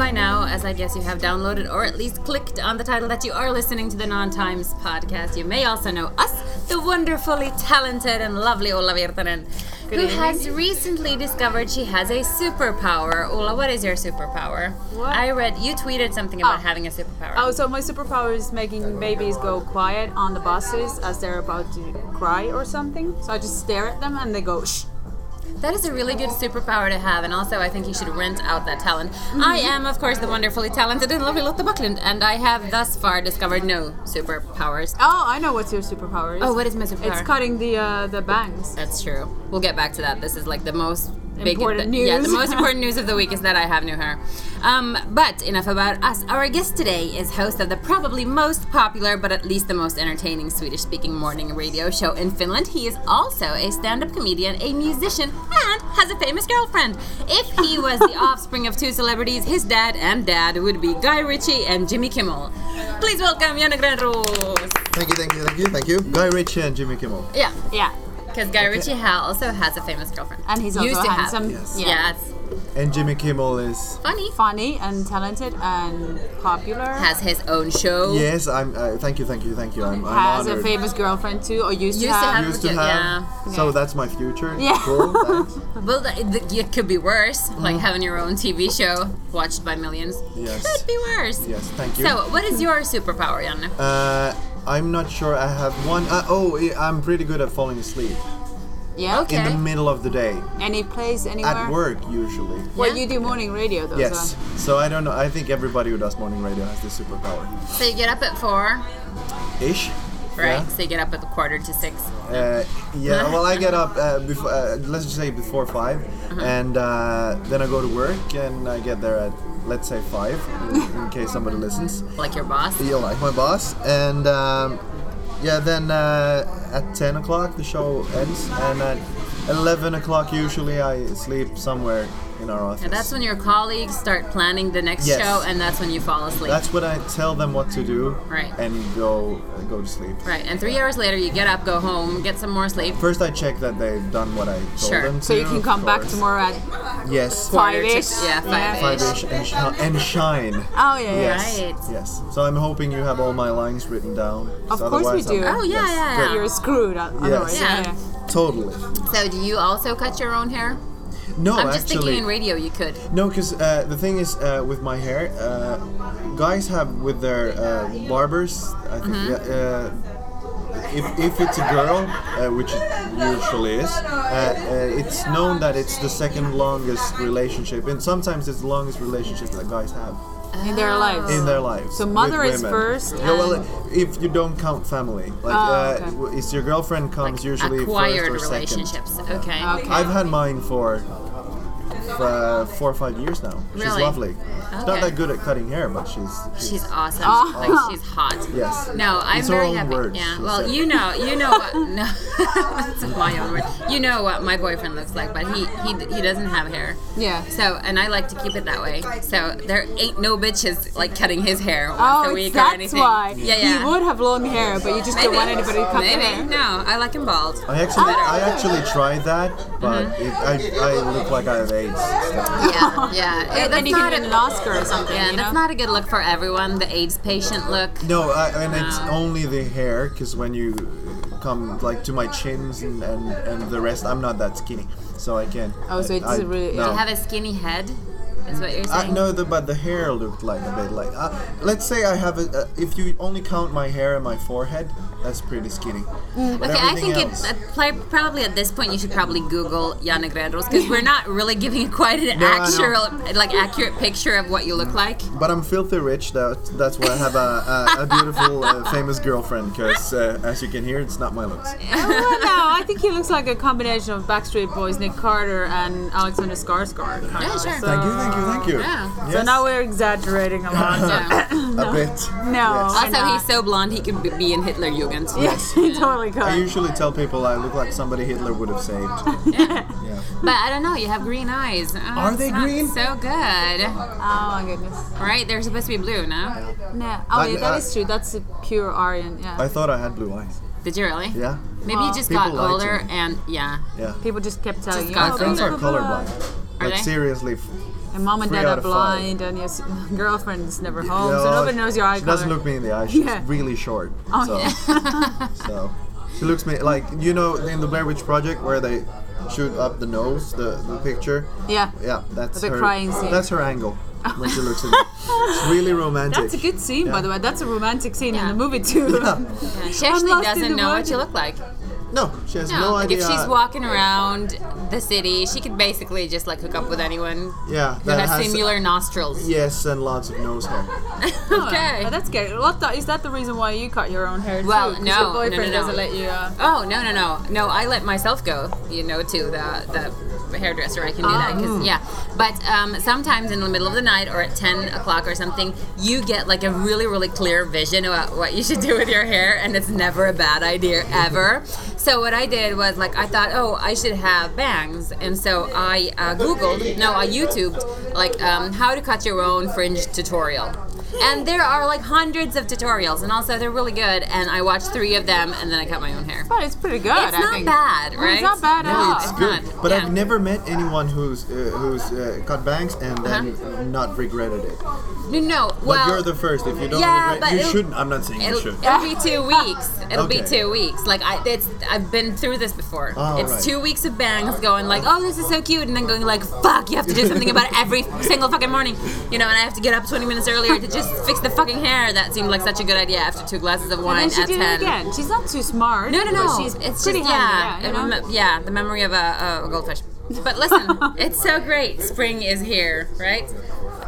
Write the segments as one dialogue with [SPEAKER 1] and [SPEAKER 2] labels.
[SPEAKER 1] as I guess you have downloaded or at least clicked on the title that you are listening to the Non Times podcast. You may also know us, the wonderfully talented and lovely Ola Virtanen, who
[SPEAKER 2] evening.
[SPEAKER 1] has recently discovered she has a superpower. Ola, what is your superpower?
[SPEAKER 2] What?
[SPEAKER 1] I read you tweeted something about
[SPEAKER 2] Oh.
[SPEAKER 1] having a superpower.
[SPEAKER 2] Oh, so my superpower is making babies go quiet on the buses as they're about to cry or something. So I just stare at them and they go shh.
[SPEAKER 1] That is a really good superpower to have, and also I think you should rent out that talent. I
[SPEAKER 2] Mm-hmm.
[SPEAKER 1] am, of course, the wonderfully talented and lovely Lotta Bucklund, and I have thus far discovered no superpowers.
[SPEAKER 2] Oh, I know what your superpower is.
[SPEAKER 1] Oh, what is my superpower?
[SPEAKER 2] It's cutting the uh, the bangs.
[SPEAKER 1] That's true. We'll get back to that. This is like the most big,
[SPEAKER 2] Important
[SPEAKER 1] the- Yeah, the
[SPEAKER 2] news.
[SPEAKER 1] most important news of the week is that I have new hair. Um, but enough about us. Our guest today is host of the probably most popular, but at least the most entertaining Swedish-speaking morning radio show in Finland. He is also a stand-up comedian, a musician, and has a famous girlfriend. If he was the offspring of two celebrities, his dad and dad would be Guy Ritchie and Jimmy Kimmel. Please welcome Jonna Grönroos.
[SPEAKER 3] Thank you, thank you, thank you, thank you. Guy Ritchie and Jimmy Kimmel.
[SPEAKER 1] Yeah.
[SPEAKER 2] Yeah,
[SPEAKER 1] Because Guy Ritchie ha- also has a famous girlfriend.
[SPEAKER 2] and he's also
[SPEAKER 1] Used to have.
[SPEAKER 2] handsome.
[SPEAKER 3] Yes.
[SPEAKER 1] Yeah.
[SPEAKER 2] Yeah.
[SPEAKER 1] it's
[SPEAKER 3] And Jimmy Kimmel is
[SPEAKER 1] funny.
[SPEAKER 2] funny and talented and popular.
[SPEAKER 1] Has his own show.
[SPEAKER 3] yes. I'm. Uh, thank you, thank you, thank you. I'm. I'm
[SPEAKER 2] Has a
[SPEAKER 3] honored.
[SPEAKER 2] famous girlfriend too, or used,
[SPEAKER 1] Used
[SPEAKER 2] to have.
[SPEAKER 3] Used to have.
[SPEAKER 1] Yeah.
[SPEAKER 3] So
[SPEAKER 2] Yeah.
[SPEAKER 3] that's my future.
[SPEAKER 2] Yeah.
[SPEAKER 3] Cool. thanks.
[SPEAKER 1] Well, th- th- it could be worse. Like having your own TV show watched by millions.
[SPEAKER 3] Mm-hmm. Yes.
[SPEAKER 1] Could be worse.
[SPEAKER 3] yes. Thank you.
[SPEAKER 1] So, what is your superpower, Janne?
[SPEAKER 3] Uh, I'm not sure. I have one. Uh, oh, I- I'm pretty good at falling asleep
[SPEAKER 2] Yeah.
[SPEAKER 1] Okay.
[SPEAKER 3] in the middle of the day
[SPEAKER 2] Any place, anywhere.
[SPEAKER 3] at work usually.
[SPEAKER 2] Well,
[SPEAKER 1] Yeah.
[SPEAKER 2] you do morning radio though.
[SPEAKER 3] Yes.
[SPEAKER 2] So.
[SPEAKER 3] So I don't know. I think everybody who does morning radio has this superpower.
[SPEAKER 1] So you get up at four,
[SPEAKER 3] Ish.
[SPEAKER 1] right?
[SPEAKER 3] Yeah.
[SPEAKER 1] So you get up at quarter to six.
[SPEAKER 3] Uh, yeah, well, I get up uh, before, uh, let's just say before 5
[SPEAKER 1] Uh-huh.
[SPEAKER 3] and uh, then I go to work, and I get there at let's say five, in, in case somebody listens.
[SPEAKER 1] Like your boss.
[SPEAKER 3] You like my boss, and um, yeah, then uh, at ten o'clock the show ends, and at eleven o'clock usually I sleep somewhere in our office.
[SPEAKER 1] And that's when your colleagues start planning the next
[SPEAKER 3] Yes.
[SPEAKER 1] show, and that's when you fall asleep.
[SPEAKER 3] That's when I tell them what to do,
[SPEAKER 1] Right.
[SPEAKER 3] and go go to sleep.
[SPEAKER 1] right. And three hours later, you get up, go home, get some more sleep.
[SPEAKER 3] First, I check that they've done what I told
[SPEAKER 1] Sure.
[SPEAKER 3] them to.
[SPEAKER 2] So you can
[SPEAKER 3] of
[SPEAKER 2] come back
[SPEAKER 3] course.
[SPEAKER 2] tomorrow at
[SPEAKER 3] Yes.
[SPEAKER 1] Quarter to-
[SPEAKER 2] Five-ish.
[SPEAKER 1] Yeah,
[SPEAKER 2] Yeah.
[SPEAKER 1] five-ish.
[SPEAKER 3] Five ish and, shi- and shine.
[SPEAKER 2] Oh yeah, yeah.
[SPEAKER 3] Yes.
[SPEAKER 1] Right.
[SPEAKER 3] Yes. So I'm hoping you have all my lines written down.
[SPEAKER 2] Of
[SPEAKER 3] So
[SPEAKER 2] course we
[SPEAKER 3] otherwise I'm-
[SPEAKER 2] do.
[SPEAKER 1] Oh, yeah, yeah, yeah.
[SPEAKER 2] You're screwed o- otherwise.
[SPEAKER 1] Yeah.
[SPEAKER 2] yeah.
[SPEAKER 3] good. Totally.
[SPEAKER 1] So, do you also cut your own hair?
[SPEAKER 3] No,
[SPEAKER 1] I'm just
[SPEAKER 3] Oh, actually.
[SPEAKER 1] thinking in radio, you could.
[SPEAKER 3] no, because uh, the thing is, uh, with my hair, uh, guys have with their uh, barbers. I think.
[SPEAKER 1] Mm-hmm.
[SPEAKER 3] yeah, uh, if, if it's a girl, uh, which it usually is, uh, uh, it's known that it's the second longest relationship, and sometimes it's the longest relationship that guys have.
[SPEAKER 2] in their
[SPEAKER 1] Oh.
[SPEAKER 2] lives.
[SPEAKER 3] in their lives.
[SPEAKER 2] Um, So mother
[SPEAKER 3] with
[SPEAKER 2] is
[SPEAKER 3] women.
[SPEAKER 2] first
[SPEAKER 3] Yeah, well, uh,
[SPEAKER 2] and-
[SPEAKER 3] if you don't count family, like
[SPEAKER 2] Oh,
[SPEAKER 3] uh,
[SPEAKER 2] okay.
[SPEAKER 3] w- it's your girlfriend comes usually
[SPEAKER 1] acquired
[SPEAKER 3] first or
[SPEAKER 1] relationships.
[SPEAKER 3] second.
[SPEAKER 1] Okay.
[SPEAKER 2] Okay.
[SPEAKER 3] I've had mine for uh, four or five years now. She's
[SPEAKER 1] Really?
[SPEAKER 3] lovely. She's
[SPEAKER 1] Okay.
[SPEAKER 3] not that good at cutting hair, but she's she's,
[SPEAKER 1] She's awesome.
[SPEAKER 2] Oh.
[SPEAKER 1] Like she's hot.
[SPEAKER 3] yes.
[SPEAKER 1] No, I'm
[SPEAKER 3] It's her
[SPEAKER 1] very
[SPEAKER 3] own
[SPEAKER 1] happy.
[SPEAKER 3] words,
[SPEAKER 1] yeah.
[SPEAKER 3] she
[SPEAKER 1] Well,
[SPEAKER 3] said.
[SPEAKER 1] you know, you know what? No, that's my own word. You know what my boyfriend looks like, but he he he doesn't have hair.
[SPEAKER 2] Yeah.
[SPEAKER 1] So, and I like to keep it that way. So there ain't no bitches like cutting his hair once
[SPEAKER 2] Oh,
[SPEAKER 1] a
[SPEAKER 2] it's-
[SPEAKER 1] week or
[SPEAKER 2] that's
[SPEAKER 1] anything.
[SPEAKER 2] why.
[SPEAKER 1] Yeah, yeah.
[SPEAKER 2] You would have long hair, but you just
[SPEAKER 1] Maybe.
[SPEAKER 2] don't want anybody to cut
[SPEAKER 1] Maybe.
[SPEAKER 2] their hair.
[SPEAKER 1] No, I like him bald.
[SPEAKER 3] I actually,
[SPEAKER 2] Oh.
[SPEAKER 3] I actually tried that, but
[SPEAKER 1] Mm-hmm.
[SPEAKER 3] it, I, I look like I have AIDS. so-
[SPEAKER 1] Yeah, yeah.
[SPEAKER 2] And then you can get an Oscar or something.
[SPEAKER 1] Yeah,
[SPEAKER 2] you
[SPEAKER 1] that's
[SPEAKER 2] know?
[SPEAKER 1] not a good look for everyone. The AIDS patient look.
[SPEAKER 3] No, I, and it's only the hair, because when you come like to my chins and, and, and the rest, I'm not that skinny, so I can't.
[SPEAKER 2] Oh, so
[SPEAKER 3] I-
[SPEAKER 2] it doesn't
[SPEAKER 3] I-
[SPEAKER 2] really-
[SPEAKER 3] No.
[SPEAKER 1] You have a skinny head. Is what you're
[SPEAKER 3] I
[SPEAKER 1] saying?
[SPEAKER 3] know the, but the hair looked like a bit like. Uh, let's say I have a. Uh, if you only count my hair and my forehead, that's pretty skinny. But
[SPEAKER 1] Mm, Okay, I
[SPEAKER 3] everything
[SPEAKER 1] think it,
[SPEAKER 3] else-
[SPEAKER 1] uh, pl- probably at this point you should probably Google Jana Grönros because we're not really giving quite an
[SPEAKER 3] No, I
[SPEAKER 1] actual, like accurate picture of what you look like.
[SPEAKER 3] But I'm filthy rich. That that's why I have a, a, a beautiful, uh, famous girlfriend. Because uh, as you can hear, it's not my looks.
[SPEAKER 2] Well, no, I think he looks like a combination of Backstreet Boys, Nick Carter, and Alexander Skarsgård. kind
[SPEAKER 1] Yeah,
[SPEAKER 2] of.
[SPEAKER 1] sure.
[SPEAKER 2] So,
[SPEAKER 3] Thank you, thank you, thank you.
[SPEAKER 1] Yeah.
[SPEAKER 3] Yes,
[SPEAKER 2] so now we're exaggerating a lot.
[SPEAKER 1] Yeah.
[SPEAKER 2] No.
[SPEAKER 3] a bit. Yes.
[SPEAKER 2] Why
[SPEAKER 1] Also,
[SPEAKER 2] not?
[SPEAKER 1] he's so blonde he could be- be in Hitler Jugend.
[SPEAKER 2] yes, he totally
[SPEAKER 3] I
[SPEAKER 2] could.
[SPEAKER 3] usually tell people I look like somebody Hitler would have saved. yeah.
[SPEAKER 1] But I don't know. You have green eyes. Oh,
[SPEAKER 3] Are they
[SPEAKER 1] it's not
[SPEAKER 3] green?
[SPEAKER 1] So good.
[SPEAKER 2] Oh my goodness.
[SPEAKER 1] Right? They're supposed to be blue. No?
[SPEAKER 2] No. Oh, yeah,
[SPEAKER 3] Like,
[SPEAKER 2] that
[SPEAKER 3] uh,
[SPEAKER 2] is true. That's a pure Aryan.
[SPEAKER 3] I
[SPEAKER 2] Yeah.
[SPEAKER 3] thought I had blue eyes.
[SPEAKER 1] Did you really?
[SPEAKER 3] Yeah.
[SPEAKER 1] Maybe you just
[SPEAKER 3] People
[SPEAKER 1] got
[SPEAKER 3] lie to
[SPEAKER 1] older
[SPEAKER 3] me.
[SPEAKER 1] and yeah.
[SPEAKER 3] Yeah.
[SPEAKER 2] People just kept telling you.
[SPEAKER 1] got
[SPEAKER 2] "Oh,
[SPEAKER 3] Friends
[SPEAKER 2] blah,
[SPEAKER 3] are
[SPEAKER 2] blah, blah, blah."
[SPEAKER 3] colorblind.
[SPEAKER 1] Are
[SPEAKER 3] like
[SPEAKER 1] they?
[SPEAKER 3] seriously, f-
[SPEAKER 2] And mom and
[SPEAKER 3] Three
[SPEAKER 2] dad are
[SPEAKER 3] out of five.
[SPEAKER 2] blind, and your s- girlfriend is never home, Um, so
[SPEAKER 3] No,
[SPEAKER 2] nobody knows your eye
[SPEAKER 3] She
[SPEAKER 2] color.
[SPEAKER 3] doesn't look me in the eye. She's
[SPEAKER 2] Yeah.
[SPEAKER 3] really short.
[SPEAKER 2] Oh,
[SPEAKER 3] so, so she looks me like you know in the Blair Witch Project where they shoot up the nose, the, the picture.
[SPEAKER 2] yeah.
[SPEAKER 3] Yeah, that's
[SPEAKER 2] The
[SPEAKER 3] her.
[SPEAKER 2] crying scene.
[SPEAKER 3] That's her angle when she looks at me. It's really romantic.
[SPEAKER 2] That's a good scene, by
[SPEAKER 3] Yeah.
[SPEAKER 2] the way. That's a romantic scene in
[SPEAKER 1] Yeah.
[SPEAKER 2] the movie too.
[SPEAKER 1] Yeah, She
[SPEAKER 2] I'm
[SPEAKER 1] actually
[SPEAKER 2] lost in
[SPEAKER 1] doesn't
[SPEAKER 2] the
[SPEAKER 1] know what
[SPEAKER 2] word.
[SPEAKER 1] you look like.
[SPEAKER 3] no, she has
[SPEAKER 1] No,
[SPEAKER 3] no,
[SPEAKER 1] like
[SPEAKER 3] idea.
[SPEAKER 1] if she's walking around the city, she could basically just like hook up with anyone
[SPEAKER 3] yeah,
[SPEAKER 1] who has, similar nostrils.
[SPEAKER 3] Yes, and lots of nose hair.
[SPEAKER 1] okay.
[SPEAKER 2] But Oh, that's good. Lotta, is that the reason why you cut your own hair?
[SPEAKER 1] Well,
[SPEAKER 2] too? 'Cause
[SPEAKER 1] no,
[SPEAKER 2] Your
[SPEAKER 1] no, no,
[SPEAKER 2] boyfriend
[SPEAKER 1] no.
[SPEAKER 2] doesn't let you. Uh,
[SPEAKER 1] Oh no no no no! I let myself go, you know, to the the hairdresser. I can do that 'cause- yeah. But um, sometimes in the middle of the night or at ten o'clock or something, you get like a really really clear vision about what you should do with your hair, and it's never a bad idea ever. So what I did was like I thought, oh, I should have bangs, and so I uh, googled, no, I YouTubed like um, how to cut your own fringe tutorial. And there are like hundreds of tutorials, and also they're really good. And I watched three of them, and then I cut my own hair.
[SPEAKER 2] but it's pretty good.
[SPEAKER 1] It's
[SPEAKER 2] I
[SPEAKER 1] not
[SPEAKER 2] think.
[SPEAKER 1] bad,
[SPEAKER 2] Well, It's
[SPEAKER 1] right?
[SPEAKER 2] not bad at
[SPEAKER 1] No,
[SPEAKER 2] all.
[SPEAKER 1] Oh, it's
[SPEAKER 3] It's good,
[SPEAKER 1] not,
[SPEAKER 3] but
[SPEAKER 1] yeah.
[SPEAKER 3] I've never met anyone who's uh, who's uh, cut bangs and then not regretted it. But
[SPEAKER 1] No, no. Well,
[SPEAKER 3] you're the first. If you don't
[SPEAKER 1] yeah,
[SPEAKER 3] regret,
[SPEAKER 1] but
[SPEAKER 3] you
[SPEAKER 1] it'll-
[SPEAKER 3] shouldn't. I'm not saying you
[SPEAKER 1] It'll,
[SPEAKER 3] should.
[SPEAKER 1] it'll be two weeks. It'll be
[SPEAKER 3] Okay.
[SPEAKER 1] two weeks. Like I, it's I've been through this before.
[SPEAKER 3] Oh,
[SPEAKER 1] it's
[SPEAKER 3] right.
[SPEAKER 1] two weeks of bangs, going like, oh, this is so cute, and then going like, fuck, you have to do something about it every single fucking morning, you know. And I have to get up 20 minutes earlier to just fix the fucking hair. That seemed like such a good idea after two glasses of wine
[SPEAKER 2] And she
[SPEAKER 1] at
[SPEAKER 2] did
[SPEAKER 1] 10.
[SPEAKER 2] it again. She's not too smart.
[SPEAKER 1] No, no, no.
[SPEAKER 2] but She's
[SPEAKER 1] it's
[SPEAKER 2] pretty
[SPEAKER 1] just yeah,
[SPEAKER 2] handy. Yeah, you
[SPEAKER 1] it
[SPEAKER 2] know?
[SPEAKER 1] remem- yeah, the memory of a, a goldfish. But listen, it's so great. Spring is here, right?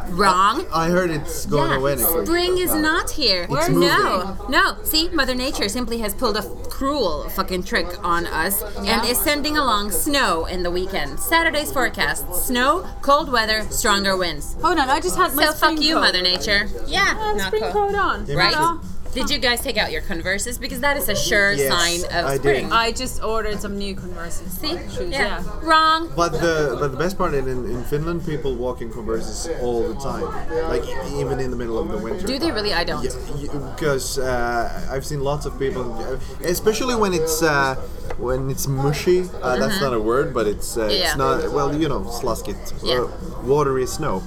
[SPEAKER 1] Wrong.
[SPEAKER 3] I heard it's going
[SPEAKER 1] Yeah,
[SPEAKER 3] away next week.
[SPEAKER 1] spring is not here.
[SPEAKER 3] It's moving.
[SPEAKER 1] no, no. See, Mother Nature simply has pulled a f- cruel fucking trick on us and is sending along snow in the weekend. Saturday's forecast: snow, cold weather, stronger winds.
[SPEAKER 2] Hold on, I just had my
[SPEAKER 1] So
[SPEAKER 2] spring
[SPEAKER 1] fuck you,
[SPEAKER 2] coat.
[SPEAKER 1] Mother Nature.
[SPEAKER 2] I
[SPEAKER 1] Yeah,
[SPEAKER 2] had
[SPEAKER 1] not
[SPEAKER 2] spring
[SPEAKER 1] cool.
[SPEAKER 2] coat on.
[SPEAKER 3] Yeah, me
[SPEAKER 1] Right?
[SPEAKER 2] Hello.
[SPEAKER 1] Did you guys take out your converses? Because that is a sure
[SPEAKER 3] Yes,
[SPEAKER 1] sign of
[SPEAKER 3] I did.
[SPEAKER 1] spring.
[SPEAKER 2] I just ordered some new Converses.
[SPEAKER 1] See?
[SPEAKER 2] Shoes,
[SPEAKER 1] Yeah.
[SPEAKER 2] yeah.
[SPEAKER 1] Wrong.
[SPEAKER 3] But the but the best part in in Finland, people walk in Converses all the time, like e- even in the middle of the winter.
[SPEAKER 1] Do they really? I don't.
[SPEAKER 3] Because uh, I've seen lots of people, especially when it's uh, when it's mushy. Uh, That's not a word, but it's uh,
[SPEAKER 1] Yeah.
[SPEAKER 3] it's not well, you know, sluskit,
[SPEAKER 1] Yeah.
[SPEAKER 3] uh, watery snow,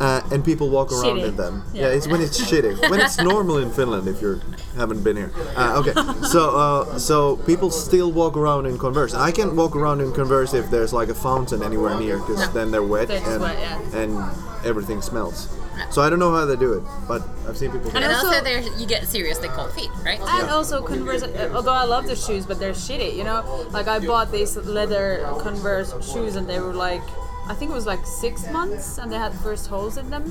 [SPEAKER 3] uh, and people walk around
[SPEAKER 2] Shitty.
[SPEAKER 3] in them. Yeah.
[SPEAKER 2] Yeah.
[SPEAKER 3] it's when it's shitty. When it's normal in Finland, if you haven't been here. Uh, okay, so uh, so people still walk around in Converse. I can't walk around in Converse if there's like a fountain anywhere near, because then they're wet
[SPEAKER 2] They're just
[SPEAKER 3] and
[SPEAKER 2] wet, yeah.
[SPEAKER 3] and everything smells. So I don't know how they do it, but I've seen people.
[SPEAKER 1] And
[SPEAKER 3] do it.
[SPEAKER 1] also,
[SPEAKER 2] also-
[SPEAKER 1] there you get seriously cold feet, right?
[SPEAKER 2] And also Converse, uh, although I love the shoes, but they're shitty, you know? Like, I bought these leather Converse shoes, and they were like, I think it was like six months, and they had first holes in them,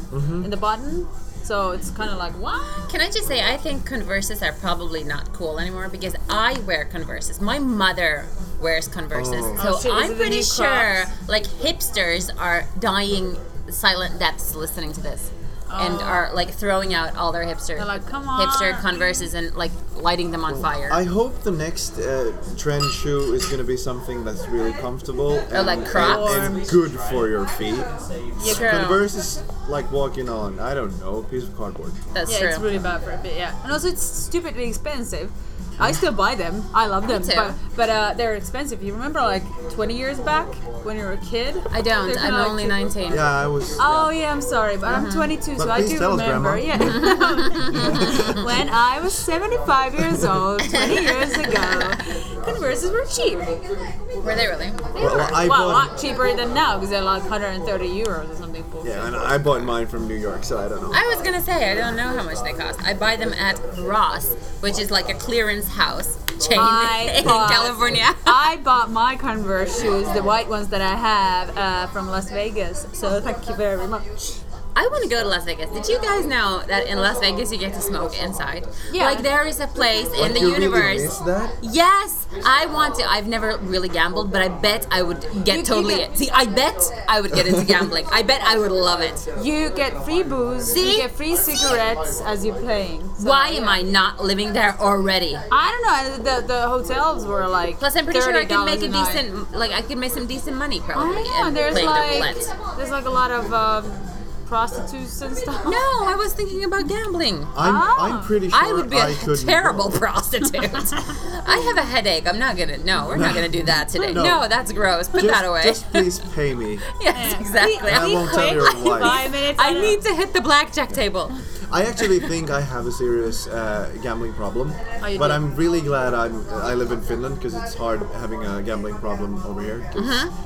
[SPEAKER 2] in the bottom. So it's kind of like, what?
[SPEAKER 1] Can I just say, I think Converses are probably not cool anymore because I wear Converses. My mother wears Converses,
[SPEAKER 2] Oh,
[SPEAKER 1] so
[SPEAKER 2] shit, is it
[SPEAKER 1] I'm
[SPEAKER 2] the
[SPEAKER 1] pretty
[SPEAKER 2] new
[SPEAKER 1] sure
[SPEAKER 2] Crocs?
[SPEAKER 1] like hipsters are dying silent deaths listening to this. And are like throwing out all their hipster,
[SPEAKER 2] Oh. They're like, "Come
[SPEAKER 1] hipster
[SPEAKER 2] on."
[SPEAKER 1] converses and like lighting them on fire.
[SPEAKER 3] Oh. I hope the next uh, trend shoe is gonna be something that's really comfortable and,
[SPEAKER 1] Oh, like Crocs?
[SPEAKER 3] and, and good for your feet.
[SPEAKER 1] Yeah, girl.
[SPEAKER 3] Converse is like walking on I don't know a piece of cardboard.
[SPEAKER 1] That's
[SPEAKER 2] Yeah,
[SPEAKER 1] true.
[SPEAKER 2] it's really bad for a bit. Yeah, and also it's stupidly expensive. I still buy them. I love them,
[SPEAKER 1] too.
[SPEAKER 2] but but uh, they're expensive. You remember like 20 years back when you were a kid?
[SPEAKER 1] I don't.
[SPEAKER 2] They're kinda
[SPEAKER 1] I'm
[SPEAKER 2] like
[SPEAKER 1] only
[SPEAKER 2] cheap.
[SPEAKER 1] 19.
[SPEAKER 3] Yeah, I was.
[SPEAKER 2] Oh yeah, I'm sorry, but I'm 22,
[SPEAKER 3] But
[SPEAKER 2] so I
[SPEAKER 3] please
[SPEAKER 2] do
[SPEAKER 3] tell us,
[SPEAKER 2] remember.
[SPEAKER 3] Grandma.
[SPEAKER 2] Yeah. when I was 75 years old, 20 years ago, Converses were cheap.
[SPEAKER 1] Were they really?
[SPEAKER 3] well,
[SPEAKER 2] well, a
[SPEAKER 3] I bought.
[SPEAKER 2] lot cheaper than now because they're like 130 euros or something. bullshit.
[SPEAKER 3] yeah, and I bought mine from New York, so I don't know.
[SPEAKER 1] I was gonna say I don't know how much they cost. I buy them at Ross, which is like a clearance house chain
[SPEAKER 2] I
[SPEAKER 1] in
[SPEAKER 2] bought-
[SPEAKER 1] California.
[SPEAKER 2] I bought my Converse shoes, the white ones that I have, uh, from Las Vegas. So thank you very much.
[SPEAKER 1] I want to go to Las Vegas. Did you guys know that in Las Vegas you get to smoke inside?
[SPEAKER 2] Yeah.
[SPEAKER 1] Like there is a place in
[SPEAKER 3] Like,
[SPEAKER 1] the
[SPEAKER 3] you
[SPEAKER 1] universe.
[SPEAKER 3] Really miss that?
[SPEAKER 1] Yes, I want to. I've never really gambled, but I bet I would get
[SPEAKER 2] You- you
[SPEAKER 1] totally.
[SPEAKER 2] get-
[SPEAKER 1] See, I bet I would get into gambling. I bet I would love it.
[SPEAKER 2] You get free booze,
[SPEAKER 1] See?
[SPEAKER 2] you get free cigarettes as you're playing. So,
[SPEAKER 1] Why am
[SPEAKER 2] yeah.
[SPEAKER 1] I not living there already?
[SPEAKER 2] I don't know. The, the hotels were like.
[SPEAKER 1] Plus, I'm pretty sure I could
[SPEAKER 2] $30
[SPEAKER 1] make a
[SPEAKER 2] night.
[SPEAKER 1] decent, like I could make some decent money
[SPEAKER 2] I
[SPEAKER 1] probably.
[SPEAKER 2] don't know.
[SPEAKER 1] and
[SPEAKER 2] Oh, There's
[SPEAKER 1] playing the
[SPEAKER 2] like
[SPEAKER 1] roulette.
[SPEAKER 2] there's like a lot of um, prostitutes and stuff?
[SPEAKER 1] No, I was thinking about gambling.
[SPEAKER 3] I'm,
[SPEAKER 2] Ah.
[SPEAKER 3] I'm pretty sure
[SPEAKER 1] Oh, I would be a
[SPEAKER 3] could
[SPEAKER 1] terrible prostitute. I have a headache. I'm not gonna. No, we're not gonna do that today. No,
[SPEAKER 3] No.
[SPEAKER 1] that's gross. Put
[SPEAKER 3] Just,
[SPEAKER 1] that away.
[SPEAKER 3] just please pay me.
[SPEAKER 1] yes, exactly.
[SPEAKER 3] I
[SPEAKER 1] I,
[SPEAKER 3] won't tell your wife.
[SPEAKER 2] Five minutes.
[SPEAKER 1] I need to hit the blackjack table.
[SPEAKER 3] I actually think I have a serious uh, gambling problem,
[SPEAKER 2] Oh, you
[SPEAKER 3] but
[SPEAKER 2] do?
[SPEAKER 3] I'm really glad I'm I live in Finland because it's hard having a gambling problem over here. 'cause,
[SPEAKER 2] Uh-huh.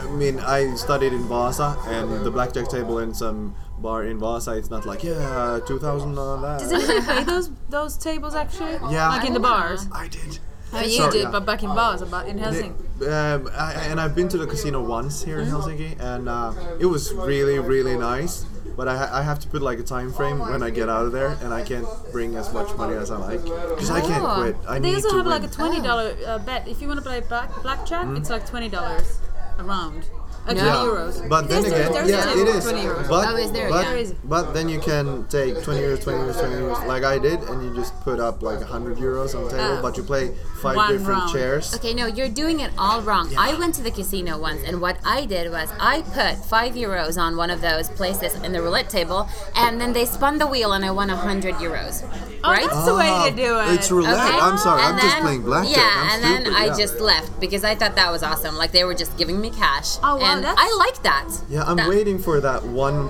[SPEAKER 3] I mean, I studied in Vasa, and the blackjack table in some bar in Vasa, it's not like yeah, two thousand on that.
[SPEAKER 2] Does anybody play those those tables actually?
[SPEAKER 3] Yeah.
[SPEAKER 2] Like in the bars.
[SPEAKER 3] I did.
[SPEAKER 2] Oh, you
[SPEAKER 3] Sorry,
[SPEAKER 2] did,
[SPEAKER 3] yeah.
[SPEAKER 2] but back in bars, but in Helsinki.
[SPEAKER 3] Um, I, and I've been to the casino once here in
[SPEAKER 2] Mm-hmm.
[SPEAKER 3] Helsinki, and uh, it was really, really nice. But I, ha- I have to put like a time frame when I get out of there, and I can't bring as much money as I like because I can't
[SPEAKER 2] Oh.
[SPEAKER 3] quit. I
[SPEAKER 2] they
[SPEAKER 3] need
[SPEAKER 2] also
[SPEAKER 3] to
[SPEAKER 2] have
[SPEAKER 3] win. Ah. Hmm?
[SPEAKER 2] like a twenty dollar uh, bet. If you want to play black, blackjack, it's like twenty dollars a round. Uh,
[SPEAKER 1] Yeah.
[SPEAKER 2] Twenty euros.
[SPEAKER 3] But then
[SPEAKER 2] Yes,
[SPEAKER 3] again,
[SPEAKER 2] there's a
[SPEAKER 3] yeah,
[SPEAKER 2] table
[SPEAKER 3] it
[SPEAKER 2] for
[SPEAKER 3] is.
[SPEAKER 2] 20 euros.
[SPEAKER 3] But,
[SPEAKER 1] Oh, is there?
[SPEAKER 3] but,
[SPEAKER 1] Yeah. There
[SPEAKER 2] is.
[SPEAKER 3] but then you can take 20 euros, 20 euros, 20 euros, like I did, and you just put up like 100 euros on the table,
[SPEAKER 1] Oh.
[SPEAKER 3] but you play five
[SPEAKER 2] Ah. One
[SPEAKER 3] different
[SPEAKER 2] round.
[SPEAKER 3] chairs.
[SPEAKER 1] Okay, no, you're doing it all wrong. I went to the casino once, and what I did was I put five euros on one of those places in the roulette table, and then they spun the wheel, and I won a hundred euros. right?
[SPEAKER 2] that's the way to do it.
[SPEAKER 3] Ah, It's roulette.
[SPEAKER 1] Okay.
[SPEAKER 3] I'm sorry.
[SPEAKER 1] And
[SPEAKER 3] I'm just
[SPEAKER 1] then-
[SPEAKER 3] playing blackjack.
[SPEAKER 1] Yeah,
[SPEAKER 3] I'm
[SPEAKER 1] and
[SPEAKER 3] stupid.
[SPEAKER 1] then I
[SPEAKER 3] yeah.
[SPEAKER 1] just left because I thought that was awesome. Like they were just giving me cash.
[SPEAKER 2] Oh, wow,
[SPEAKER 1] and
[SPEAKER 2] that's-
[SPEAKER 1] I like that.
[SPEAKER 3] Yeah, I'm
[SPEAKER 1] That-
[SPEAKER 3] waiting for that one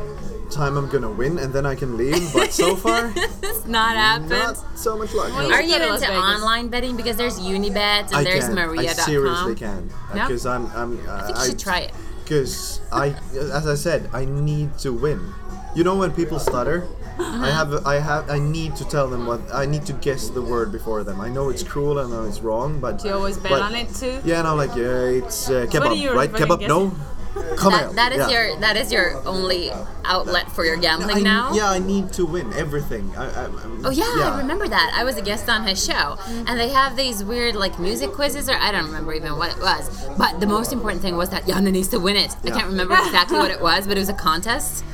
[SPEAKER 3] time I'm gonna win and then I can leave. But so far,
[SPEAKER 1] it's not happened.
[SPEAKER 3] not so much luck.
[SPEAKER 2] Well,
[SPEAKER 3] no.
[SPEAKER 1] Are
[SPEAKER 2] you
[SPEAKER 1] you
[SPEAKER 2] go to
[SPEAKER 1] into
[SPEAKER 2] Las Vegas.
[SPEAKER 1] online betting? Because there's Unibet and
[SPEAKER 3] I
[SPEAKER 1] there's
[SPEAKER 3] can.
[SPEAKER 1] Maria.com.
[SPEAKER 3] I seriously can
[SPEAKER 1] No?
[SPEAKER 3] because I'm. I'm. Uh, I
[SPEAKER 1] think you should try it.
[SPEAKER 3] Because I, as I said, I need to win. You know when people stutter,
[SPEAKER 1] Uh-huh.
[SPEAKER 3] I have. I have. I need to tell them what. I need to guess the word before them. I know it's cruel and I know it's wrong, but.
[SPEAKER 2] Do you always bet
[SPEAKER 3] but-
[SPEAKER 2] on it too?
[SPEAKER 3] Yeah, and I'm like, yeah, it's uh, kebab,
[SPEAKER 2] euros
[SPEAKER 3] right?
[SPEAKER 2] if I can
[SPEAKER 3] Kebab,
[SPEAKER 2] guess
[SPEAKER 3] no. Come
[SPEAKER 1] That,
[SPEAKER 3] on.
[SPEAKER 1] that is
[SPEAKER 3] yeah.
[SPEAKER 1] your that is your only outlet for your gambling
[SPEAKER 3] I-
[SPEAKER 1] now.
[SPEAKER 3] Yeah, I need to win everything. I, I, I'm-
[SPEAKER 1] Oh yeah, I remember that. I was a guest on his show, and they have these weird like music quizzes, or I don't remember even what it was. But the most important thing was that Yana needs to win it. I
[SPEAKER 3] Yeah.
[SPEAKER 1] can't remember exactly what it was, but it was a contest.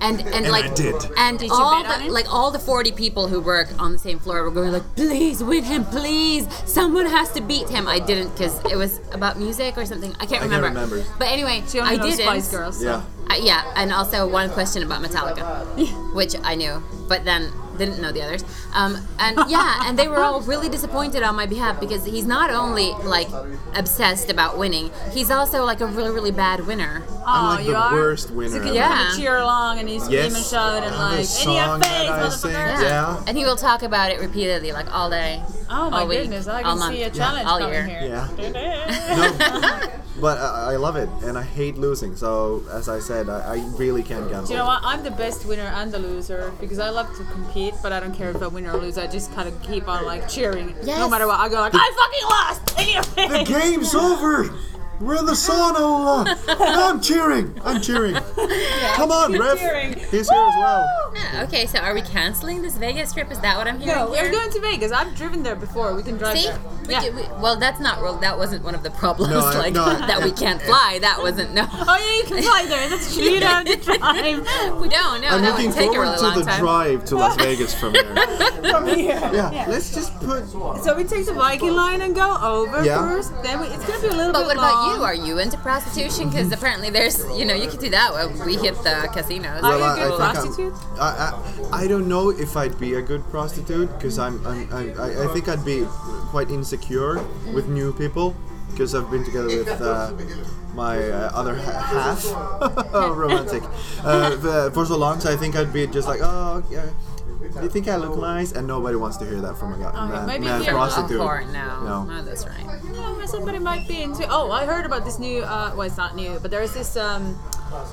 [SPEAKER 1] And, and,
[SPEAKER 3] I
[SPEAKER 1] like
[SPEAKER 3] did.
[SPEAKER 1] and
[SPEAKER 2] Did you
[SPEAKER 1] all
[SPEAKER 2] bet on
[SPEAKER 1] the,
[SPEAKER 2] it?
[SPEAKER 1] like all the forty people who work on the same floor were going like, please win him, please. Someone has to beat him. I didn't because it was about music or something. I can't
[SPEAKER 3] I can't
[SPEAKER 1] remember.
[SPEAKER 3] remember.
[SPEAKER 1] But anyway,
[SPEAKER 2] She only
[SPEAKER 1] I
[SPEAKER 2] knows
[SPEAKER 1] did
[SPEAKER 2] Spice Girls. so-
[SPEAKER 3] Yeah.
[SPEAKER 1] uh, yeah, and also one question about Metallica, which I knew, but then didn't know the others. Um, and yeah, and they were all really disappointed on my behalf because he's not only like obsessed about winning, he's also like a really really bad winner.
[SPEAKER 2] Oh,
[SPEAKER 3] like
[SPEAKER 2] you
[SPEAKER 3] the
[SPEAKER 2] are?
[SPEAKER 3] worst winner
[SPEAKER 2] So can
[SPEAKER 3] ever.
[SPEAKER 2] you kind of
[SPEAKER 1] Yeah.
[SPEAKER 2] cheer along and you scream
[SPEAKER 3] Yes.
[SPEAKER 2] and shout and
[SPEAKER 3] I have a
[SPEAKER 2] like, in your
[SPEAKER 3] song that
[SPEAKER 2] face,
[SPEAKER 3] I sing.
[SPEAKER 2] motherfucker!
[SPEAKER 3] Yeah.
[SPEAKER 1] and he will talk about it repeatedly, like all day.
[SPEAKER 2] Oh my
[SPEAKER 1] all week,
[SPEAKER 2] goodness, I
[SPEAKER 1] all
[SPEAKER 2] can
[SPEAKER 1] month,
[SPEAKER 2] see a challenge
[SPEAKER 1] all
[SPEAKER 2] coming
[SPEAKER 1] year.
[SPEAKER 2] here.
[SPEAKER 3] Yeah. no. But I, I love it, and I hate losing. So as I said, I, I really can't gamble.
[SPEAKER 2] Do you know what? I'm the best winner and the loser because I love to compete, but I don't care if I win or lose. I just kind of keep on like cheering, no
[SPEAKER 1] Yes.
[SPEAKER 2] matter what. I go like, I fucking lost. In your
[SPEAKER 3] The
[SPEAKER 2] face.
[SPEAKER 3] game's over. We're in the sauna, Ola. I'm cheering. I'm cheering. Come on, ref.
[SPEAKER 2] cheering.
[SPEAKER 3] He's here as well.
[SPEAKER 1] Yeah, okay, so are we canceling this Vegas trip? Is that what I'm hearing?
[SPEAKER 2] No,
[SPEAKER 1] here?
[SPEAKER 2] we're going to Vegas. I've driven there before. We can drive
[SPEAKER 1] See,
[SPEAKER 2] there.
[SPEAKER 1] we
[SPEAKER 2] yeah.
[SPEAKER 1] could- we- well, that's not well, that wasn't one of the problems.
[SPEAKER 3] No, I-
[SPEAKER 1] like
[SPEAKER 3] no, I-
[SPEAKER 1] that we can't fly. That wasn't no.
[SPEAKER 2] Oh yeah, you can fly there. That's true. You don't have to drive
[SPEAKER 1] We don't. No,
[SPEAKER 3] I'm
[SPEAKER 1] that
[SPEAKER 3] looking
[SPEAKER 1] would take a
[SPEAKER 3] forward
[SPEAKER 1] really
[SPEAKER 3] to
[SPEAKER 1] long
[SPEAKER 3] the
[SPEAKER 1] time.
[SPEAKER 3] drive to Las Vegas from here. yeah,
[SPEAKER 2] from here.
[SPEAKER 3] let's just put.
[SPEAKER 2] So we take the Viking line and go over
[SPEAKER 3] Yeah.
[SPEAKER 2] first. Then we, it's gonna be a little
[SPEAKER 1] But
[SPEAKER 2] bit
[SPEAKER 1] what about
[SPEAKER 2] long.
[SPEAKER 1] you? Are you into prostitution? Because apparently there's, you know, you could do that when we hit the casinos.
[SPEAKER 2] Are you
[SPEAKER 3] I-
[SPEAKER 2] a good
[SPEAKER 3] I think I'm-
[SPEAKER 2] prostitute?
[SPEAKER 3] I, I, I don't know if I'd be a good prostitute because I'm, I'm, I'm I, I think I'd be quite insecure with new people because I've been together with uh, my uh, other ha- half Oh, romantic uh, the- for so long so I think I'd be just like oh yeah you think I look nice and nobody wants to hear that from a guy man,
[SPEAKER 2] maybe
[SPEAKER 3] man
[SPEAKER 2] if you're a
[SPEAKER 3] prostitute
[SPEAKER 1] Or no,
[SPEAKER 3] No.
[SPEAKER 1] no, that's right.
[SPEAKER 2] Yeah, Oh, somebody might be into. Oh, I heard about this new. Uh, well, it's not new, but there is this um,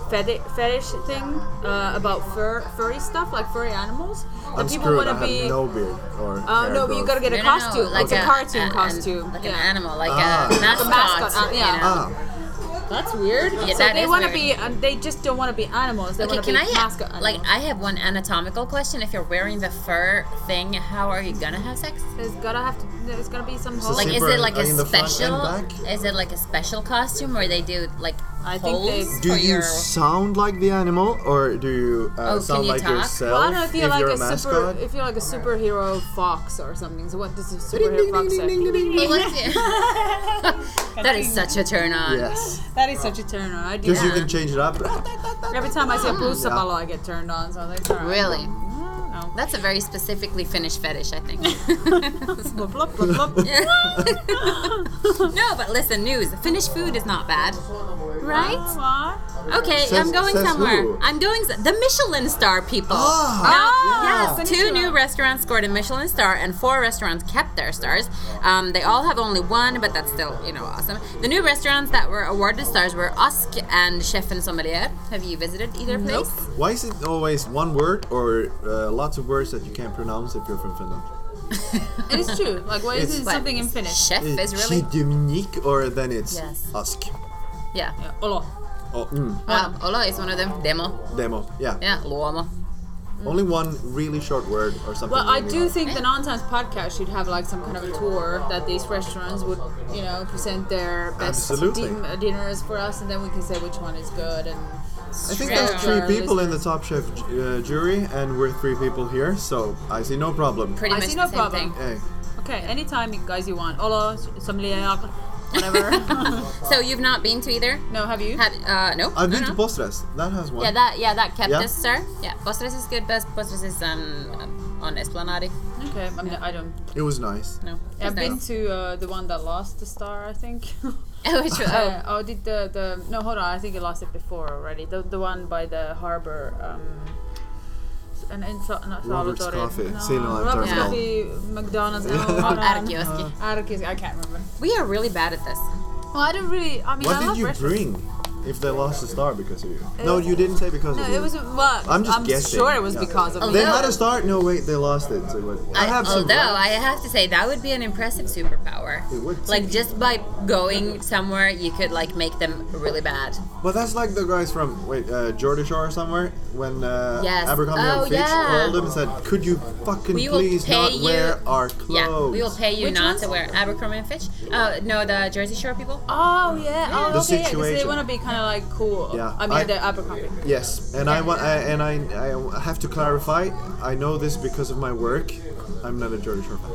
[SPEAKER 2] feti- fetish thing uh, about fur, furry stuff, like furry animals. That
[SPEAKER 3] I'm
[SPEAKER 2] people
[SPEAKER 3] screwed
[SPEAKER 2] wanna
[SPEAKER 3] I have
[SPEAKER 2] be.
[SPEAKER 3] no beard or
[SPEAKER 2] uh,
[SPEAKER 3] hair
[SPEAKER 2] no, but you
[SPEAKER 3] growth.
[SPEAKER 2] gotta get a
[SPEAKER 1] No, no, no,
[SPEAKER 2] costume,
[SPEAKER 1] like
[SPEAKER 2] it's a, cartoon
[SPEAKER 1] an-
[SPEAKER 2] costume.
[SPEAKER 1] like
[SPEAKER 2] yeah.
[SPEAKER 1] an animal, like
[SPEAKER 3] Ah.
[SPEAKER 1] a mascot.
[SPEAKER 2] A mascot, uh, yeah.
[SPEAKER 1] you know.
[SPEAKER 3] ah
[SPEAKER 2] That's weird.
[SPEAKER 1] Yeah,
[SPEAKER 2] so
[SPEAKER 1] that
[SPEAKER 2] they
[SPEAKER 1] is
[SPEAKER 2] wanna
[SPEAKER 1] weird.
[SPEAKER 2] be. Uh, they just don't want to be animals. They
[SPEAKER 1] Okay,
[SPEAKER 2] want to
[SPEAKER 1] can
[SPEAKER 2] be
[SPEAKER 1] I
[SPEAKER 2] mascot.
[SPEAKER 1] ask? Like,
[SPEAKER 2] animals.
[SPEAKER 1] I have one anatomical question. If you're wearing the fur thing, how are you gonna have sex?
[SPEAKER 2] there's gotta have to. There's gotta be some.
[SPEAKER 3] So
[SPEAKER 2] hole.
[SPEAKER 1] Like, is
[SPEAKER 3] Zipper
[SPEAKER 1] it like
[SPEAKER 3] in
[SPEAKER 1] a
[SPEAKER 3] the front and
[SPEAKER 1] special?
[SPEAKER 3] back?
[SPEAKER 1] Is it like a special costume, or they do like
[SPEAKER 2] I think they.
[SPEAKER 1] Holes?
[SPEAKER 3] Do
[SPEAKER 1] For
[SPEAKER 3] you
[SPEAKER 1] your-
[SPEAKER 3] sound like the animal, or do you uh,
[SPEAKER 1] Oh,
[SPEAKER 3] sound
[SPEAKER 1] can you
[SPEAKER 3] like
[SPEAKER 1] talk?
[SPEAKER 3] yourself
[SPEAKER 2] Well, I don't know if you're
[SPEAKER 3] if
[SPEAKER 2] like
[SPEAKER 3] you're
[SPEAKER 2] a
[SPEAKER 3] a
[SPEAKER 2] super,
[SPEAKER 3] mascot?
[SPEAKER 2] if you're like a superhero fox or something. So what does a superhero fox say?
[SPEAKER 1] Well, what's the- that is such a turn on.
[SPEAKER 3] Yes,
[SPEAKER 2] That is such a turn on. I do.
[SPEAKER 3] because you can change it up.
[SPEAKER 2] that. Every time I see a blue sabalo, I get turned on. So I'm like, all right.
[SPEAKER 1] Mm.
[SPEAKER 2] Mm,
[SPEAKER 1] Really?
[SPEAKER 2] No.
[SPEAKER 1] That's a very specifically Finnish fetish, I think.
[SPEAKER 2] Blub, blub, blub, blub.
[SPEAKER 1] no, but listen, news. Finnish food is not bad. Right?
[SPEAKER 2] What?
[SPEAKER 1] Okay,
[SPEAKER 3] Says-
[SPEAKER 1] I'm going
[SPEAKER 3] says
[SPEAKER 1] somewhere.
[SPEAKER 3] who?
[SPEAKER 1] I'm going s- the Michelin star people.
[SPEAKER 2] Ah,
[SPEAKER 1] Now,
[SPEAKER 2] yeah.
[SPEAKER 1] yes, two new restaurants scored a Michelin star, and four restaurants kept their stars. Um, they all have only one, but that's still you know awesome. The new restaurants that were awarded stars were Osk and Chef and Sommelier. Have you visited either place?
[SPEAKER 3] Why is it always one word or uh, lots of words that you can't pronounce if you're from Finland?
[SPEAKER 2] It is true. Like, why
[SPEAKER 3] It's-
[SPEAKER 2] is it
[SPEAKER 1] But
[SPEAKER 2] something in Finnish?
[SPEAKER 1] Chef is
[SPEAKER 3] It's
[SPEAKER 1] really
[SPEAKER 3] Chi Dominique, or then it's
[SPEAKER 1] Yes.
[SPEAKER 3] Ask.
[SPEAKER 1] yeah.
[SPEAKER 2] Yeah. Olo.
[SPEAKER 3] Oh, mm,
[SPEAKER 1] Um, Olo is one of them. Demo.
[SPEAKER 3] demo. Yeah.
[SPEAKER 1] Yeah. Luomo.
[SPEAKER 3] Only one really short word or something.
[SPEAKER 2] Well, I
[SPEAKER 3] really
[SPEAKER 2] do
[SPEAKER 3] long.
[SPEAKER 2] think the Nonsense podcast should have like some kind of a tour that these restaurants would, you know, present their best
[SPEAKER 3] Absolutely.
[SPEAKER 2] din- uh, dinners for us, and then we can say which one is good. And
[SPEAKER 3] I think
[SPEAKER 1] Yeah.
[SPEAKER 3] there's three people in the Top Chef uh, jury, and we're three people here, so I see no problem.
[SPEAKER 1] Pretty
[SPEAKER 2] I
[SPEAKER 1] much
[SPEAKER 2] see
[SPEAKER 1] the
[SPEAKER 2] no
[SPEAKER 1] same
[SPEAKER 2] problem.
[SPEAKER 1] thing.
[SPEAKER 3] Hey,
[SPEAKER 2] Okay, anytime you guys you want. Olo,
[SPEAKER 1] Mm.
[SPEAKER 2] sommelier, whatever.
[SPEAKER 1] So you've not been to either?
[SPEAKER 2] no, have you?
[SPEAKER 1] Have, uh, no.
[SPEAKER 3] I've
[SPEAKER 1] no,
[SPEAKER 3] been
[SPEAKER 1] no.
[SPEAKER 3] to Postres. That has one.
[SPEAKER 1] Yeah, that yeah that kept
[SPEAKER 3] Yeah.
[SPEAKER 1] us, sir. Yeah, Postres is good. Best Postres is um, on Esplanade.
[SPEAKER 2] Okay, I, mean, I don't.
[SPEAKER 3] it was nice.
[SPEAKER 1] No,
[SPEAKER 2] I've
[SPEAKER 1] Is that-
[SPEAKER 2] been to uh, the one that lost the star, I think.
[SPEAKER 1] Oh, which one? Oh,
[SPEAKER 2] Uh, oh, did the, the no? Hold on, I think I lost it before already. The, the one by the harbor. Um, and in Sa- not
[SPEAKER 3] Robert's
[SPEAKER 2] Salvatore.
[SPEAKER 3] Coffee,
[SPEAKER 2] No,
[SPEAKER 3] Salvatore
[SPEAKER 2] Robert's
[SPEAKER 1] Mall.
[SPEAKER 2] Coffee, McDonald's. No,
[SPEAKER 1] on
[SPEAKER 2] hold on.
[SPEAKER 3] uh,
[SPEAKER 1] Arkioski.
[SPEAKER 2] Arkioski, I can't remember.
[SPEAKER 1] We are really bad at this.
[SPEAKER 2] Well, I don't really. I mean,
[SPEAKER 3] What
[SPEAKER 2] I
[SPEAKER 3] did
[SPEAKER 2] love
[SPEAKER 3] you
[SPEAKER 2] restaurants.
[SPEAKER 3] bring if they lost a star because of you? no, you didn't say because of
[SPEAKER 2] No,
[SPEAKER 3] you.
[SPEAKER 2] it was. Well,
[SPEAKER 3] I'm just guessing.
[SPEAKER 2] sure it was
[SPEAKER 3] Yeah. Oh,
[SPEAKER 2] because of
[SPEAKER 3] they
[SPEAKER 2] me.
[SPEAKER 3] had a star. No, wait, they lost it. So what? I, have some.
[SPEAKER 1] although I have to say that would be an impressive superpower.
[SPEAKER 3] It would.
[SPEAKER 1] Like just by going somewhere, you could like make them really bad.
[SPEAKER 3] But that's like the guys from wait, uh, Jordan Shore or somewhere when uh,
[SPEAKER 1] Yes.
[SPEAKER 3] Abercrombie
[SPEAKER 1] Oh,
[SPEAKER 3] and Fitch
[SPEAKER 1] yeah.
[SPEAKER 3] called them and said, "Could you fucking
[SPEAKER 1] We will
[SPEAKER 3] please
[SPEAKER 1] pay
[SPEAKER 3] not
[SPEAKER 1] you-
[SPEAKER 3] wear our clothes?"
[SPEAKER 1] Yeah, we will pay you
[SPEAKER 2] Which
[SPEAKER 1] not
[SPEAKER 2] ones?
[SPEAKER 1] to wear Abercrombie and Fitch. Uh, no, the Jersey Shore people.
[SPEAKER 2] Oh yeah. Oh, okay. yeah,
[SPEAKER 3] The
[SPEAKER 2] 'cause they
[SPEAKER 3] situation.
[SPEAKER 2] want to be kind of like cool.
[SPEAKER 3] Yeah,
[SPEAKER 2] I mean,
[SPEAKER 3] I-
[SPEAKER 2] the Abercrombie.
[SPEAKER 3] Yes, and I, wa- I and I, I have to clarify. I know this because of my work. I'm not a Jordan Shore fan.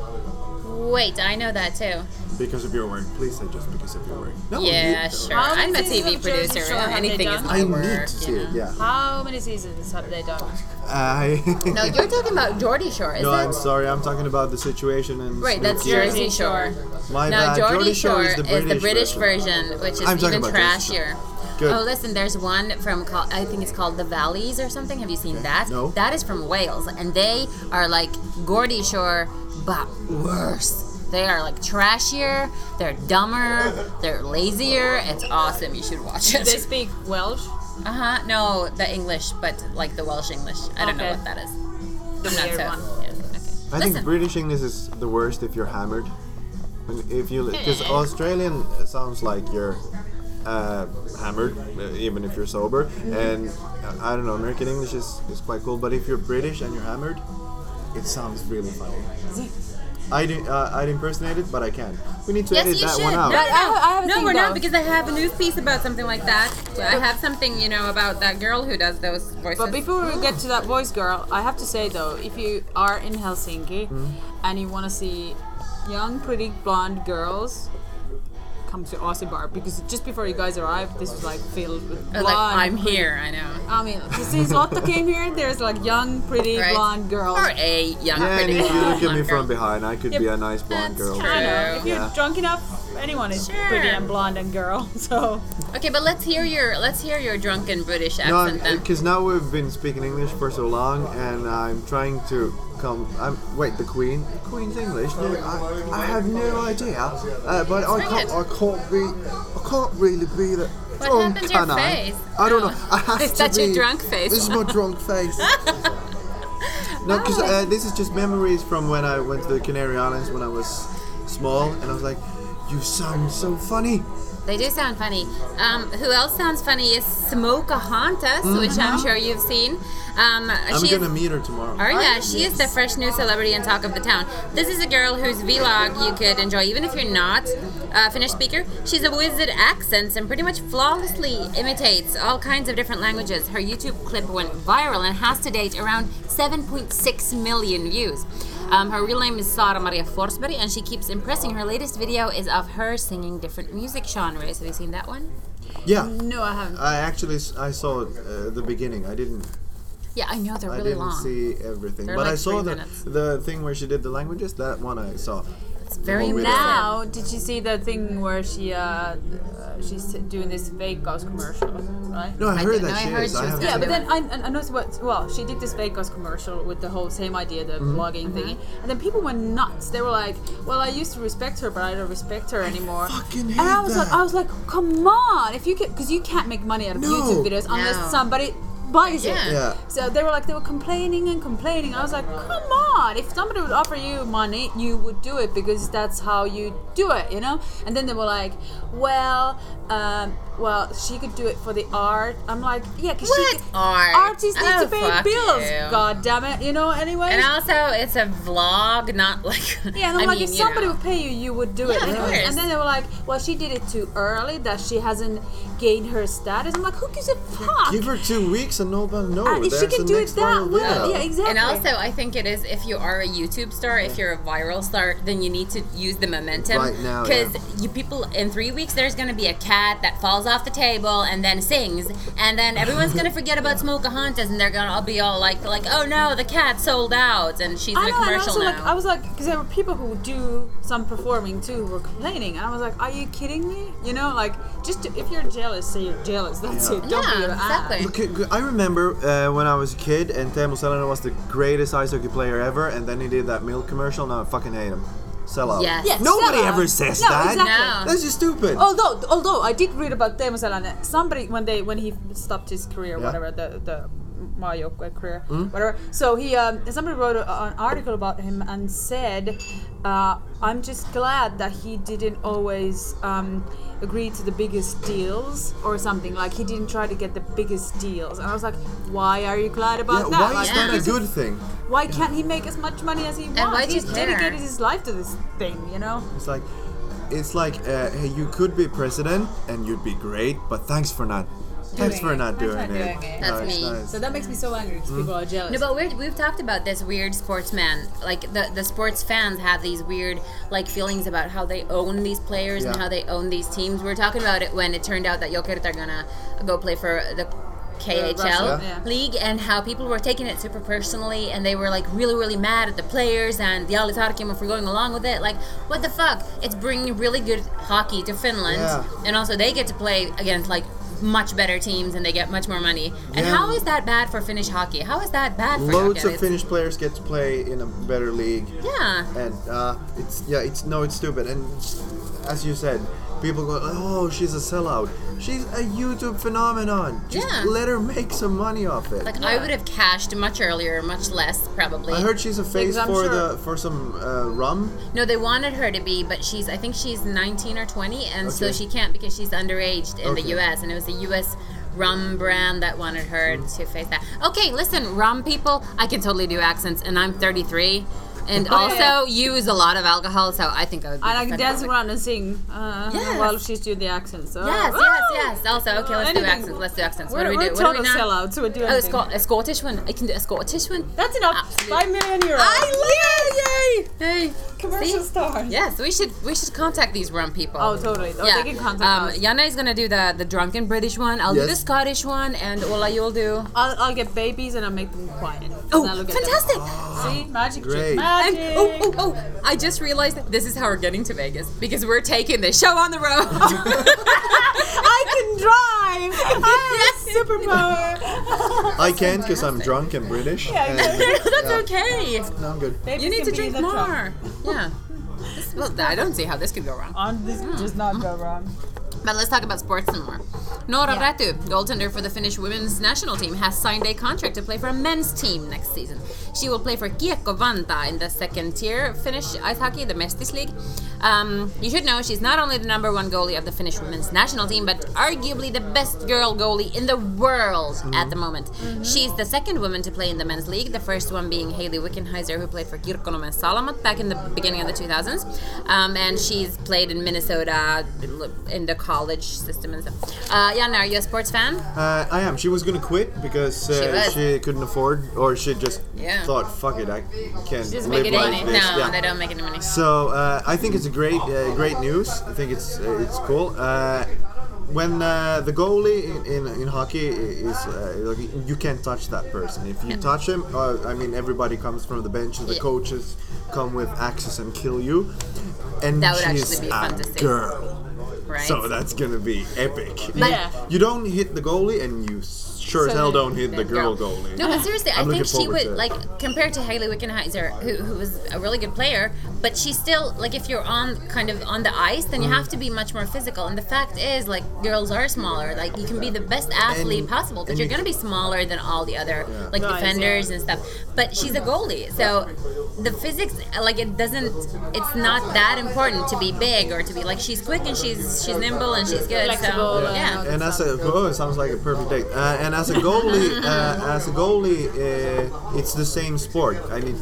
[SPEAKER 1] Wait, I know that too.
[SPEAKER 3] Because of your work, please say just because of your work. No,
[SPEAKER 1] Yeah,
[SPEAKER 3] you-
[SPEAKER 1] sure.
[SPEAKER 2] How
[SPEAKER 1] I'm a
[SPEAKER 2] many seasons
[SPEAKER 1] TV
[SPEAKER 2] of Jersey
[SPEAKER 1] producer.
[SPEAKER 2] Shore have they
[SPEAKER 1] Anything is
[SPEAKER 2] done?
[SPEAKER 1] my
[SPEAKER 3] I
[SPEAKER 1] work.
[SPEAKER 3] need to see
[SPEAKER 1] you
[SPEAKER 3] it.
[SPEAKER 1] know.
[SPEAKER 3] Yeah.
[SPEAKER 2] How many seasons have they done?
[SPEAKER 3] I.
[SPEAKER 1] No, you're talking about Jersey Shore, is
[SPEAKER 3] No,
[SPEAKER 1] it?
[SPEAKER 3] I'm sorry. I'm talking about the situation in.
[SPEAKER 1] Right, that's
[SPEAKER 3] Snooki.
[SPEAKER 1] Jersey,
[SPEAKER 2] Jersey
[SPEAKER 1] Shore.
[SPEAKER 2] Shore.
[SPEAKER 3] My
[SPEAKER 1] Now,
[SPEAKER 3] bad.
[SPEAKER 1] Geordie
[SPEAKER 3] Jordan
[SPEAKER 1] Shore is the British, version. which is
[SPEAKER 3] I'm talking
[SPEAKER 1] even
[SPEAKER 3] about Jersey Shore.
[SPEAKER 1] trashier.
[SPEAKER 3] Good.
[SPEAKER 1] Oh, listen, there's one from, called, I think it's called The Valleys or something. Have you seen that?
[SPEAKER 3] No.
[SPEAKER 1] That is from Wales, and they are like Geordie Shore, but worse. They are like trashier, they're dumber, they're lazier. It's awesome. You should watch
[SPEAKER 2] Do they
[SPEAKER 1] it.
[SPEAKER 2] speak Welsh?
[SPEAKER 1] Uh huh. No, the English, but like the Welsh English. I don't know
[SPEAKER 2] Okay.
[SPEAKER 1] what that is.
[SPEAKER 2] The
[SPEAKER 1] I'm
[SPEAKER 2] weird
[SPEAKER 1] not
[SPEAKER 2] one.
[SPEAKER 1] so. yeah, okay.
[SPEAKER 3] I
[SPEAKER 1] Listen.
[SPEAKER 3] think British English is the worst if you're hammered. When- If you because
[SPEAKER 1] Yeah.
[SPEAKER 3] Australian sounds like you're uh, hammered, uh, even if you're sober.
[SPEAKER 1] Mm-hmm.
[SPEAKER 3] And uh, I don't know, American English is, is quite cool. But if you're British and you're hammered, it sounds really funny. I do. Uh, I'd impersonate it, but I can. We need to
[SPEAKER 1] Yes,
[SPEAKER 3] edit
[SPEAKER 1] you
[SPEAKER 3] that
[SPEAKER 1] should.
[SPEAKER 3] one out.
[SPEAKER 1] No,
[SPEAKER 2] I- I have a
[SPEAKER 1] no,
[SPEAKER 2] thing
[SPEAKER 1] we're not
[SPEAKER 2] about-
[SPEAKER 1] because I have a news piece about something like that. I have something, you know, about that girl who does those voices.
[SPEAKER 2] But before we get to that voice girl, I have to say though, if you are in Helsinki and you want to see young, pretty, blonde girls, come to Aussie Bar because just before you guys arrived, this was like filled with
[SPEAKER 1] I
[SPEAKER 2] blonde.
[SPEAKER 1] was like, I'm here. I know.
[SPEAKER 2] I mean, since Lotta came here, there's like young, pretty,
[SPEAKER 1] Right.
[SPEAKER 2] blonde girls.
[SPEAKER 1] Or a young
[SPEAKER 3] Yeah, and
[SPEAKER 1] pretty.
[SPEAKER 3] if you look at me
[SPEAKER 1] blonde girl.
[SPEAKER 3] from behind, I could be a nice blonde
[SPEAKER 1] That's
[SPEAKER 3] girl.
[SPEAKER 1] true.
[SPEAKER 2] I know. If you're
[SPEAKER 3] Yeah.
[SPEAKER 2] drunk enough, anyone is
[SPEAKER 1] Sure.
[SPEAKER 2] pretty and blonde and girl. So
[SPEAKER 1] Okay, but let's hear your let's hear your drunken British
[SPEAKER 3] No,
[SPEAKER 1] accent then.
[SPEAKER 3] because now we've been speaking English for so long, and I'm trying to come. I'm wait, the Queen. The Queen's English? No, I, I have no idea. Uh, but I
[SPEAKER 1] Bring
[SPEAKER 3] can't.
[SPEAKER 1] it.
[SPEAKER 3] I can't be. I can't really be that.
[SPEAKER 1] What
[SPEAKER 3] drunk,
[SPEAKER 1] happened to your
[SPEAKER 3] can I?
[SPEAKER 1] face?
[SPEAKER 3] I don't
[SPEAKER 1] Oh.
[SPEAKER 3] know. I have
[SPEAKER 1] Is
[SPEAKER 3] to
[SPEAKER 1] that your
[SPEAKER 3] be-
[SPEAKER 1] drunk face?
[SPEAKER 3] This is my drunk face. no, because uh, this is just memories from when I went to the Canary Islands when I was small, and I was like, "You sound so funny."
[SPEAKER 1] They do sound funny. Um, who else sounds funny is Smokahontas, which I'm sure you've seen. Um,
[SPEAKER 3] Mm-hmm. I'm
[SPEAKER 1] she's-
[SPEAKER 3] gonna meet her tomorrow.
[SPEAKER 1] Arya, she is the fresh new celebrity and talk of the town. This is a girl whose vlog you could enjoy even if you're not a Finnish speaker. She's a wizard accents and pretty much flawlessly imitates all kinds of different languages. Her YouTube clip went viral and has to date around 7.6 million views. Um, her real name is Sara Maria Forsberg, and she keeps impressing. Her latest video is of her singing different music genres. Have you seen that one?
[SPEAKER 3] Yeah,
[SPEAKER 2] No, I haven't.
[SPEAKER 3] I actually s- I saw uh, the beginning. I didn't
[SPEAKER 1] Yeah, I know they're
[SPEAKER 3] I
[SPEAKER 1] really
[SPEAKER 3] didn't
[SPEAKER 1] long.
[SPEAKER 3] see everything,
[SPEAKER 1] They're
[SPEAKER 3] but
[SPEAKER 1] like
[SPEAKER 3] I saw
[SPEAKER 1] three
[SPEAKER 3] the
[SPEAKER 1] minutes.
[SPEAKER 3] the thing where she did the languages. That one I saw.
[SPEAKER 1] It's very
[SPEAKER 3] Oh, really?
[SPEAKER 1] now.
[SPEAKER 2] Now, did you see the thing where she uh, uh, she's doing this fake Vegas commercial, right?
[SPEAKER 3] No, I,
[SPEAKER 1] I
[SPEAKER 3] heard
[SPEAKER 1] didn't-
[SPEAKER 3] that
[SPEAKER 1] I
[SPEAKER 3] she
[SPEAKER 1] heard
[SPEAKER 3] is.
[SPEAKER 1] she was
[SPEAKER 3] haven't
[SPEAKER 1] gonna
[SPEAKER 2] Yeah,
[SPEAKER 1] do
[SPEAKER 2] but then I, I- I noticed what. Well, she did this Vegas commercial with the whole same idea, the vlogging thingy, and then people went nuts. They were like, "Well, I used to respect her, but I don't respect her anymore."
[SPEAKER 3] fucking
[SPEAKER 2] and I
[SPEAKER 3] hate
[SPEAKER 2] was like, oh,
[SPEAKER 3] that.
[SPEAKER 2] I was like, "Come on! If you can, because you can't make money out of
[SPEAKER 3] No.
[SPEAKER 2] YouTube videos unless
[SPEAKER 1] No.
[SPEAKER 2] somebody buys
[SPEAKER 1] Yeah.
[SPEAKER 2] it."
[SPEAKER 3] Yeah.
[SPEAKER 2] So they were like, they were complaining and complaining. I was like, come on! If somebody would offer you money, you would do it because that's how you do it, you know. And then they were like, well, um, well, she could do it for the art. I'm like, yeah, because
[SPEAKER 1] What
[SPEAKER 2] she could-
[SPEAKER 1] art?
[SPEAKER 2] artists need
[SPEAKER 1] Oh,
[SPEAKER 2] to pay
[SPEAKER 1] fuck
[SPEAKER 2] bills.
[SPEAKER 1] you.
[SPEAKER 2] God damn it, you know. Anyway.
[SPEAKER 1] And also, it's a vlog, not like.
[SPEAKER 2] Yeah, and I'm
[SPEAKER 1] I
[SPEAKER 2] like,
[SPEAKER 1] mean,
[SPEAKER 2] if
[SPEAKER 1] you
[SPEAKER 2] somebody
[SPEAKER 1] know.
[SPEAKER 2] would pay you, you would do it.
[SPEAKER 1] Yeah, of
[SPEAKER 2] you know?
[SPEAKER 1] course.
[SPEAKER 2] And then they were like, well, she did it too early, that she hasn't gained her status. I'm like, who gives a fuck?
[SPEAKER 3] Give her two weeks and nobody knows.
[SPEAKER 2] Uh, if she
[SPEAKER 3] There's
[SPEAKER 2] can
[SPEAKER 3] the
[SPEAKER 2] do it
[SPEAKER 3] next
[SPEAKER 2] that
[SPEAKER 3] viral
[SPEAKER 2] well,
[SPEAKER 3] video.
[SPEAKER 2] yeah, exactly.
[SPEAKER 1] And also, I think it is if you are a YouTube star, if you're a viral star, then you need to use the momentum.
[SPEAKER 3] Right now,
[SPEAKER 1] because
[SPEAKER 3] yeah.
[SPEAKER 1] you people in three weeks, there's going to be a cat that falls off the table and then sings, and then everyone's going to forget about Smokahontas, and they're going to all be all like, like, oh no, the cat sold out, and she's
[SPEAKER 2] I
[SPEAKER 1] in a
[SPEAKER 2] know, and
[SPEAKER 1] commercial
[SPEAKER 2] also
[SPEAKER 1] now.
[SPEAKER 2] like I was like, because there were people who do some performing too who were complaining, and I was like, "Are you kidding me?" You know, like just to, if you're jealous, say you're jealous. That's
[SPEAKER 3] Yeah.
[SPEAKER 2] it. Don't be
[SPEAKER 1] Yeah,
[SPEAKER 2] an ass.
[SPEAKER 1] exactly.
[SPEAKER 3] Look, g- I remember uh, when I was a kid and Teemu Selänne was the greatest ice hockey player ever, and then he did that milk commercial. Now I fucking hate him. Sell out.
[SPEAKER 1] Yes.
[SPEAKER 2] Yes,
[SPEAKER 3] Nobody
[SPEAKER 2] sell out.
[SPEAKER 3] ever says
[SPEAKER 2] No,
[SPEAKER 3] that.
[SPEAKER 2] exactly. Oh,
[SPEAKER 1] No.
[SPEAKER 3] That's just stupid.
[SPEAKER 2] Although, although I did read about Teemu Selänne. Somebody when they when he stopped his career,
[SPEAKER 3] Yeah. Hmm?
[SPEAKER 2] whatever the the Maajoukkue career, whatever. So he um, somebody wrote a, an article about him and said, uh, "I'm just glad that he didn't always um, agree to the biggest deals or something. Like he didn't try to get the biggest deals." And I was like, "Why are you glad
[SPEAKER 3] Yeah,
[SPEAKER 2] about that?
[SPEAKER 3] why
[SPEAKER 2] Like,
[SPEAKER 3] is that a
[SPEAKER 2] because
[SPEAKER 3] good thing?
[SPEAKER 2] why can't he make as much money as he wants?
[SPEAKER 1] why do you
[SPEAKER 2] He's
[SPEAKER 1] care?
[SPEAKER 2] dedicated his life to this thing, you know."
[SPEAKER 3] It's like, it's like, uh, hey, you could be president and you'd be great, but thanks for not, thanks for
[SPEAKER 2] it.
[SPEAKER 3] not
[SPEAKER 2] Thanks
[SPEAKER 3] doing
[SPEAKER 2] for not
[SPEAKER 3] it.
[SPEAKER 2] doing it.
[SPEAKER 1] That's
[SPEAKER 3] it's
[SPEAKER 1] me.
[SPEAKER 3] nice.
[SPEAKER 2] So that makes me so angry
[SPEAKER 3] Hmm.
[SPEAKER 2] because people are jealous.
[SPEAKER 1] No, but we're, we've talked about this weird sportsman. Like the, the sports fans have these weird like feelings about how they own these players and
[SPEAKER 3] Yeah.
[SPEAKER 1] how they own these teams. We were talking about it when it turned out that Jokerit are gonna go play for the KHL
[SPEAKER 2] Russia, yeah.
[SPEAKER 1] league and how people were taking it super personally and they were like really really mad at the players and the Alitarkim for going along with it. Like what the fuck? It's bringing really good hockey to Finland
[SPEAKER 3] Yeah.
[SPEAKER 1] and also they get to play against like much better teams and they get much more money. And
[SPEAKER 3] Yeah.
[SPEAKER 1] how is that bad for Finnish hockey? How is that bad for
[SPEAKER 3] Loads
[SPEAKER 1] hockey?
[SPEAKER 3] of Finnish players get to play in a better league.
[SPEAKER 1] Yeah.
[SPEAKER 3] and uh, it's yeah, it's no, it's stupid. And as you said, people go, oh, she's a sellout. She's a YouTube phenomenon. Just
[SPEAKER 1] Yeah.
[SPEAKER 3] let her make some money off it.
[SPEAKER 1] Like I would have cashed much earlier, much less probably.
[SPEAKER 3] I heard she's a face
[SPEAKER 2] Because I'm
[SPEAKER 3] for
[SPEAKER 2] sure-
[SPEAKER 3] the for some uh, rum.
[SPEAKER 1] no, they wanted her to be, but she's I think she's 19 or 20 and so
[SPEAKER 3] Okay.
[SPEAKER 1] she can't because she's underage in
[SPEAKER 3] Okay.
[SPEAKER 1] the US and it was a US rum brand that wanted her
[SPEAKER 3] Hmm.
[SPEAKER 1] to face that. Okay, listen, rum people, I can totally do accents and I'm 33 and
[SPEAKER 3] Oh,
[SPEAKER 1] also use a lot of alcohol, so I think I would be
[SPEAKER 2] And I can dance
[SPEAKER 1] fantastic.
[SPEAKER 2] around and sing uh,
[SPEAKER 1] Yes.
[SPEAKER 2] while she's doing the accent. So.
[SPEAKER 1] Yes,
[SPEAKER 2] Woo!
[SPEAKER 1] yes, yes. Also, okay, let's do
[SPEAKER 2] Anything.
[SPEAKER 1] accents. Let's do accents.
[SPEAKER 2] We're,
[SPEAKER 1] what do we
[SPEAKER 2] we're
[SPEAKER 1] do? What
[SPEAKER 2] total
[SPEAKER 1] do we now?
[SPEAKER 2] sellouts. So we're doing.
[SPEAKER 1] Oh, Scot- a Scottish one. I can do a Scottish one.
[SPEAKER 2] That's enough.
[SPEAKER 1] Absolutely.
[SPEAKER 2] Five million euros.
[SPEAKER 1] I love it! Yay!
[SPEAKER 2] Commercial
[SPEAKER 1] Ah, See?
[SPEAKER 2] stars.
[SPEAKER 1] Yes, we should we should contact these rum people.
[SPEAKER 2] Oh, totally. Oh,
[SPEAKER 1] yeah.
[SPEAKER 2] They can contact
[SPEAKER 1] um,
[SPEAKER 2] us.
[SPEAKER 1] Yana is gonna do the the drunken British one. I'll do the
[SPEAKER 3] Yes.
[SPEAKER 1] Scottish one, and Ola, you'll do.
[SPEAKER 2] I'll, I'll get babies and I'll make them quiet.
[SPEAKER 1] Oh,
[SPEAKER 2] And I'll look at them.
[SPEAKER 1] fantastic!
[SPEAKER 2] See, magic
[SPEAKER 3] Great.
[SPEAKER 2] trick.
[SPEAKER 1] And
[SPEAKER 2] Magic.
[SPEAKER 1] oh, oh, oh! I just realized that this is how we're getting to Vegas because we're taking the show on the road.
[SPEAKER 2] I can drive. I have superpower.
[SPEAKER 3] I can't because I'm drunk and British.
[SPEAKER 2] Yeah,
[SPEAKER 3] and-
[SPEAKER 1] That's
[SPEAKER 3] yeah.
[SPEAKER 1] okay.
[SPEAKER 3] No, I'm good.
[SPEAKER 2] Babies
[SPEAKER 1] You need
[SPEAKER 2] can
[SPEAKER 1] to
[SPEAKER 2] be
[SPEAKER 1] drink
[SPEAKER 2] in the truck.
[SPEAKER 1] more. Yeah. This- Well, I don't see how this could go wrong.
[SPEAKER 2] Um, this does not go wrong.
[SPEAKER 1] But let's talk about sports some more. Nora
[SPEAKER 2] Yeah.
[SPEAKER 1] Ratu, goaltender for the Finnish women's national team, has signed a contract to play for a men's team next season. She will play for Kiekko Vanta in the second tier Finnish ice hockey, the Mestis League. Um, you should know she's not only the number one goalie of the Finnish women's national team, but arguably the best girl goalie in the world at the moment. She's the second woman to play in the men's league, the first one being Hailey Wickenheiser, who played for Kirkkonummen Salamat back in the beginning of the 2000s. Um, and she's played in Minnesota in the college system and stuff. Uh, Janne, are you a sports fan?
[SPEAKER 3] Uh, I am. She was gonna quit because uh,
[SPEAKER 1] was.
[SPEAKER 3] she, couldn't afford, or she just
[SPEAKER 1] Yeah.
[SPEAKER 3] thought, "Fuck it, I can't
[SPEAKER 2] Just
[SPEAKER 3] live
[SPEAKER 2] make it
[SPEAKER 1] They-
[SPEAKER 2] money.
[SPEAKER 3] like
[SPEAKER 1] no,
[SPEAKER 3] this." Yeah.
[SPEAKER 1] they don't make any money.
[SPEAKER 3] So uh, I think it's a great, uh, great news. I think it's uh, it's cool. Uh, when uh, the goalie in, in, in hockey is uh, like you can't touch that person. If you touch him, uh, I mean everybody comes from the bench. and The
[SPEAKER 1] Yeah.
[SPEAKER 3] coaches come with axes and kill you. And
[SPEAKER 1] That would
[SPEAKER 3] she's
[SPEAKER 1] actually be
[SPEAKER 3] a
[SPEAKER 1] fantastic.
[SPEAKER 3] girl,
[SPEAKER 1] Right.
[SPEAKER 3] so that's gonna be epic.
[SPEAKER 1] But-
[SPEAKER 2] Yeah.
[SPEAKER 3] You don't hit the goalie, and you sure as
[SPEAKER 2] So
[SPEAKER 3] hell
[SPEAKER 2] then-
[SPEAKER 3] don't hit the girl goalie.
[SPEAKER 1] No, but seriously, I
[SPEAKER 3] I'm looking
[SPEAKER 1] think she
[SPEAKER 3] forward
[SPEAKER 1] would
[SPEAKER 3] to it.
[SPEAKER 1] like compared to Haley Wickenheiser, who, who was a really good player, but she's still like if you're on kind of on the ice, then
[SPEAKER 3] Mm-hmm.
[SPEAKER 1] you have to be much more physical. And the fact is, like girls are smaller. Like you can be the best athlete
[SPEAKER 3] And-
[SPEAKER 1] possible, but
[SPEAKER 3] and
[SPEAKER 1] you're
[SPEAKER 3] you-
[SPEAKER 1] gonna be smaller than all the other like
[SPEAKER 2] Guys,
[SPEAKER 1] defenders and stuff. But she's a goalie, so the physics like it doesn't. It's not that important to be big or to be like she's quick and she's she's nimble and she's good.
[SPEAKER 2] Flexible
[SPEAKER 1] So
[SPEAKER 2] and all
[SPEAKER 1] yeah,
[SPEAKER 2] that.
[SPEAKER 3] and as a
[SPEAKER 2] Sounds good.
[SPEAKER 3] oh, it sounds like a perfect date. Uh, and as a goalie, uh, as a goalie, uh, it's the same sport. I need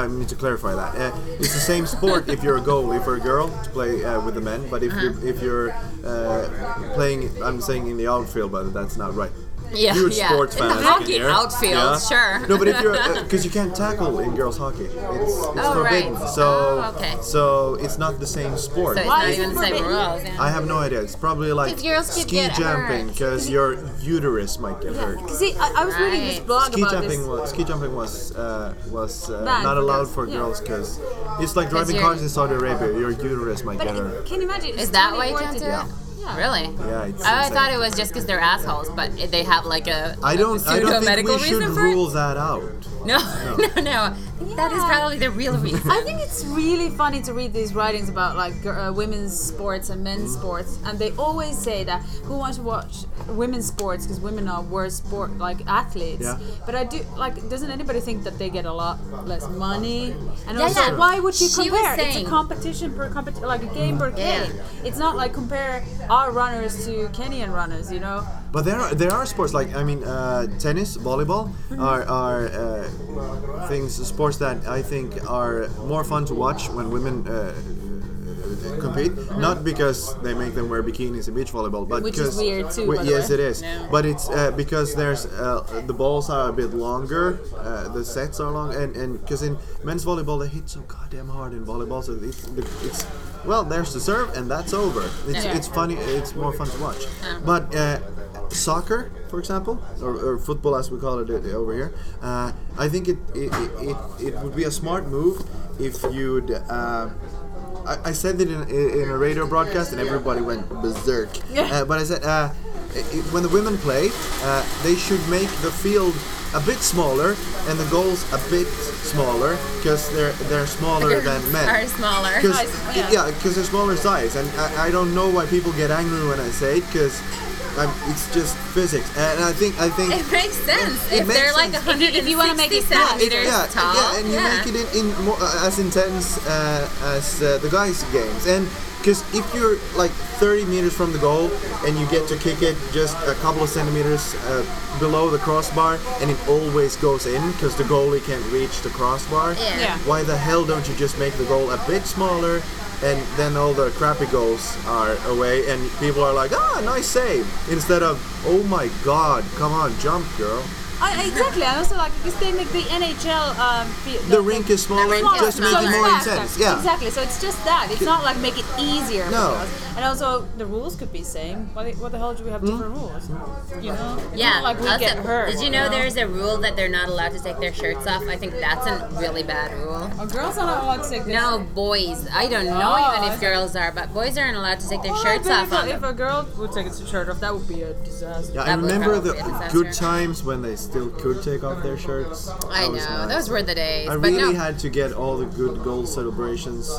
[SPEAKER 3] I need to clarify that. Uh, it's the same sport if you're a goalie for a girl to play uh, with the men, but
[SPEAKER 1] Uh-huh.
[SPEAKER 3] if you're if you're uh, playing, I'm saying in the outfield, but that's not right.
[SPEAKER 1] Yeah,
[SPEAKER 3] Huge
[SPEAKER 1] yeah.
[SPEAKER 3] sports
[SPEAKER 1] In the
[SPEAKER 3] fan.
[SPEAKER 1] hockey outfield, sure.
[SPEAKER 3] No, but if you're because you can't tackle in girls hockey, it's, it's
[SPEAKER 1] Oh, right.
[SPEAKER 3] forbidden. So
[SPEAKER 1] Oh, okay.
[SPEAKER 3] so it's not the same sport.
[SPEAKER 1] so it's
[SPEAKER 2] Why
[SPEAKER 1] not
[SPEAKER 2] is
[SPEAKER 1] even
[SPEAKER 2] it
[SPEAKER 1] the same
[SPEAKER 2] forbidden?
[SPEAKER 1] rules. yeah.
[SPEAKER 3] I have no idea. It's probably like
[SPEAKER 1] 'Cause girls could
[SPEAKER 3] ski
[SPEAKER 1] get
[SPEAKER 3] jumping
[SPEAKER 1] hurt.
[SPEAKER 3] because your uterus might get hurt.
[SPEAKER 2] See, I, I was reading this
[SPEAKER 1] Right.
[SPEAKER 2] blog
[SPEAKER 3] Ski
[SPEAKER 2] about
[SPEAKER 3] jumping
[SPEAKER 2] this.
[SPEAKER 3] was ski jumping was uh, was uh,
[SPEAKER 2] Banned
[SPEAKER 3] not
[SPEAKER 2] for
[SPEAKER 3] allowed
[SPEAKER 2] girls,
[SPEAKER 3] for
[SPEAKER 2] yeah.
[SPEAKER 3] girls because it's like driving
[SPEAKER 1] you're-
[SPEAKER 3] cars in Saudi Arabia. Your uterus might
[SPEAKER 2] But
[SPEAKER 3] get
[SPEAKER 2] it,
[SPEAKER 3] hurt.
[SPEAKER 2] can you imagine? It's
[SPEAKER 1] Is that why you
[SPEAKER 2] 24
[SPEAKER 1] can't do
[SPEAKER 2] to-
[SPEAKER 1] it?
[SPEAKER 2] Yeah.
[SPEAKER 1] Really?
[SPEAKER 3] Yeah, it's.
[SPEAKER 1] Oh, I
[SPEAKER 3] insane.
[SPEAKER 1] thought it was just because they're assholes, but it- they have like a
[SPEAKER 3] I don't. I don't think
[SPEAKER 1] pseudo-medical
[SPEAKER 3] we should
[SPEAKER 1] reason for
[SPEAKER 3] rule that out.
[SPEAKER 1] it. No, no, no. That is
[SPEAKER 2] Yeah.
[SPEAKER 1] probably the real reason.
[SPEAKER 2] I think it's really funny to read these writings about like gir- uh, women's sports and men's sports, and they always say that who wants to watch women's sports because women are worse sport like athletes.
[SPEAKER 3] Yeah.
[SPEAKER 2] But I do like. Doesn't anybody think that they get a lot less money? And
[SPEAKER 1] Yeah,
[SPEAKER 2] also,
[SPEAKER 1] yeah.
[SPEAKER 2] why would you
[SPEAKER 1] She was
[SPEAKER 2] compare?
[SPEAKER 1] saying-
[SPEAKER 2] it's a competition per competition, like a game per
[SPEAKER 1] Yeah.
[SPEAKER 2] game. It's not like compare our runners to Kenyan runners, you know.
[SPEAKER 3] But there are there are sports like I mean uh, tennis, volleyball are are uh, things sports that I think are more fun to watch when women. Uh, compete not because they make them wear bikinis in beach volleyball but
[SPEAKER 2] Which is
[SPEAKER 3] because-
[SPEAKER 2] weird too,
[SPEAKER 3] we-
[SPEAKER 2] by the
[SPEAKER 3] yes
[SPEAKER 2] way.
[SPEAKER 3] it is but it's uh, because there's uh, the balls are a bit longer uh, the sets are long and and because in men's volleyball they hit so goddamn hard in volleyball so it's, it's well there's the serve and that's over it's,
[SPEAKER 1] Yeah.
[SPEAKER 3] it's funny it's more fun to watch but uh, soccer for example or, or football as we call it uh, over here uh, i think it it, it it would be a smart move if you'd uh, I, I said it in, in a radio broadcast and everybody went berserk uh, but i said uh, i i- when the women play uh, they should make the field a bit smaller and the goals a bit smaller because they're they're smaller than men
[SPEAKER 1] Are smaller.
[SPEAKER 3] because
[SPEAKER 2] Size, yeah.
[SPEAKER 3] yeah, because they're smaller size, and I, I don't know why people get angry when I say it, because it's just physics. And I think I think
[SPEAKER 1] It makes sense
[SPEAKER 3] It
[SPEAKER 1] if
[SPEAKER 3] makes
[SPEAKER 1] they're like
[SPEAKER 3] sense.
[SPEAKER 1] 160
[SPEAKER 2] If you wanna make it fast.
[SPEAKER 1] centimeters
[SPEAKER 3] it- yeah,
[SPEAKER 1] tall.
[SPEAKER 3] yeah, and you
[SPEAKER 1] yeah.
[SPEAKER 3] make it in, in more, uh, as intense uh, as uh, the guys' games, and because if you're like 30 meters from the goal and you get to kick it just a couple of centimeters uh, below the crossbar, and it always goes in because the goalie can't reach the crossbar.
[SPEAKER 1] Yeah.
[SPEAKER 2] Yeah.
[SPEAKER 3] Why the hell don't you just make the goal a bit smaller, and then all the crappy goals are away, and people are like, ah, nice save, instead of, oh my god, come on, jump, girl.
[SPEAKER 2] I, exactly, and also like because they make the NHL um, fi-
[SPEAKER 3] The rink is smaller,
[SPEAKER 1] rink is
[SPEAKER 3] just to make
[SPEAKER 1] smaller.
[SPEAKER 3] it more
[SPEAKER 2] it's
[SPEAKER 3] intense.
[SPEAKER 2] that.
[SPEAKER 3] Yeah.
[SPEAKER 2] Exactly. So it's just that. It's not like make it easier. for
[SPEAKER 3] No.
[SPEAKER 2] us. And also the rules could be same. What, what the hell do we have
[SPEAKER 3] Hmm?
[SPEAKER 2] different rules? You know. It's
[SPEAKER 1] Yeah.
[SPEAKER 2] Not like we
[SPEAKER 1] also,
[SPEAKER 2] get hurt.
[SPEAKER 1] Did you know there's a rule that they're not allowed to take their shirts off? I think that's a really bad rule.
[SPEAKER 2] Oh, girls are not allowed to take
[SPEAKER 1] No, boys. I don't know
[SPEAKER 2] Oh,
[SPEAKER 1] even
[SPEAKER 2] I Oh
[SPEAKER 1] if girls are, but boys aren't allowed to take their shirts off
[SPEAKER 2] if,
[SPEAKER 1] on
[SPEAKER 2] a, if a girl would take its shirt off, that would be a disaster.
[SPEAKER 3] Yeah, I
[SPEAKER 1] That would
[SPEAKER 3] remember
[SPEAKER 1] probably
[SPEAKER 3] the
[SPEAKER 1] be a disaster.
[SPEAKER 3] good times when they s- still could take off their shirts.
[SPEAKER 1] I
[SPEAKER 3] was
[SPEAKER 1] know.
[SPEAKER 3] nice.
[SPEAKER 1] Those were the days.
[SPEAKER 3] I
[SPEAKER 1] but no.
[SPEAKER 3] really had to get all the good goal celebrations.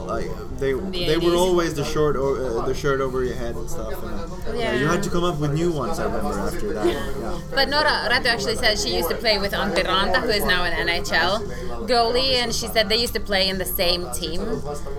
[SPEAKER 3] Like they,
[SPEAKER 1] the
[SPEAKER 3] they
[SPEAKER 1] 80s.
[SPEAKER 3] were always the short, o- uh, the shirt over your head and stuff. And, uh, yeah. you had to come up with new ones. I remember after that. Yeah.
[SPEAKER 1] But Nora Ratu actually said she used to play with Antti Ranta, who is now an NHL goalie, and she said they used to play in the same team.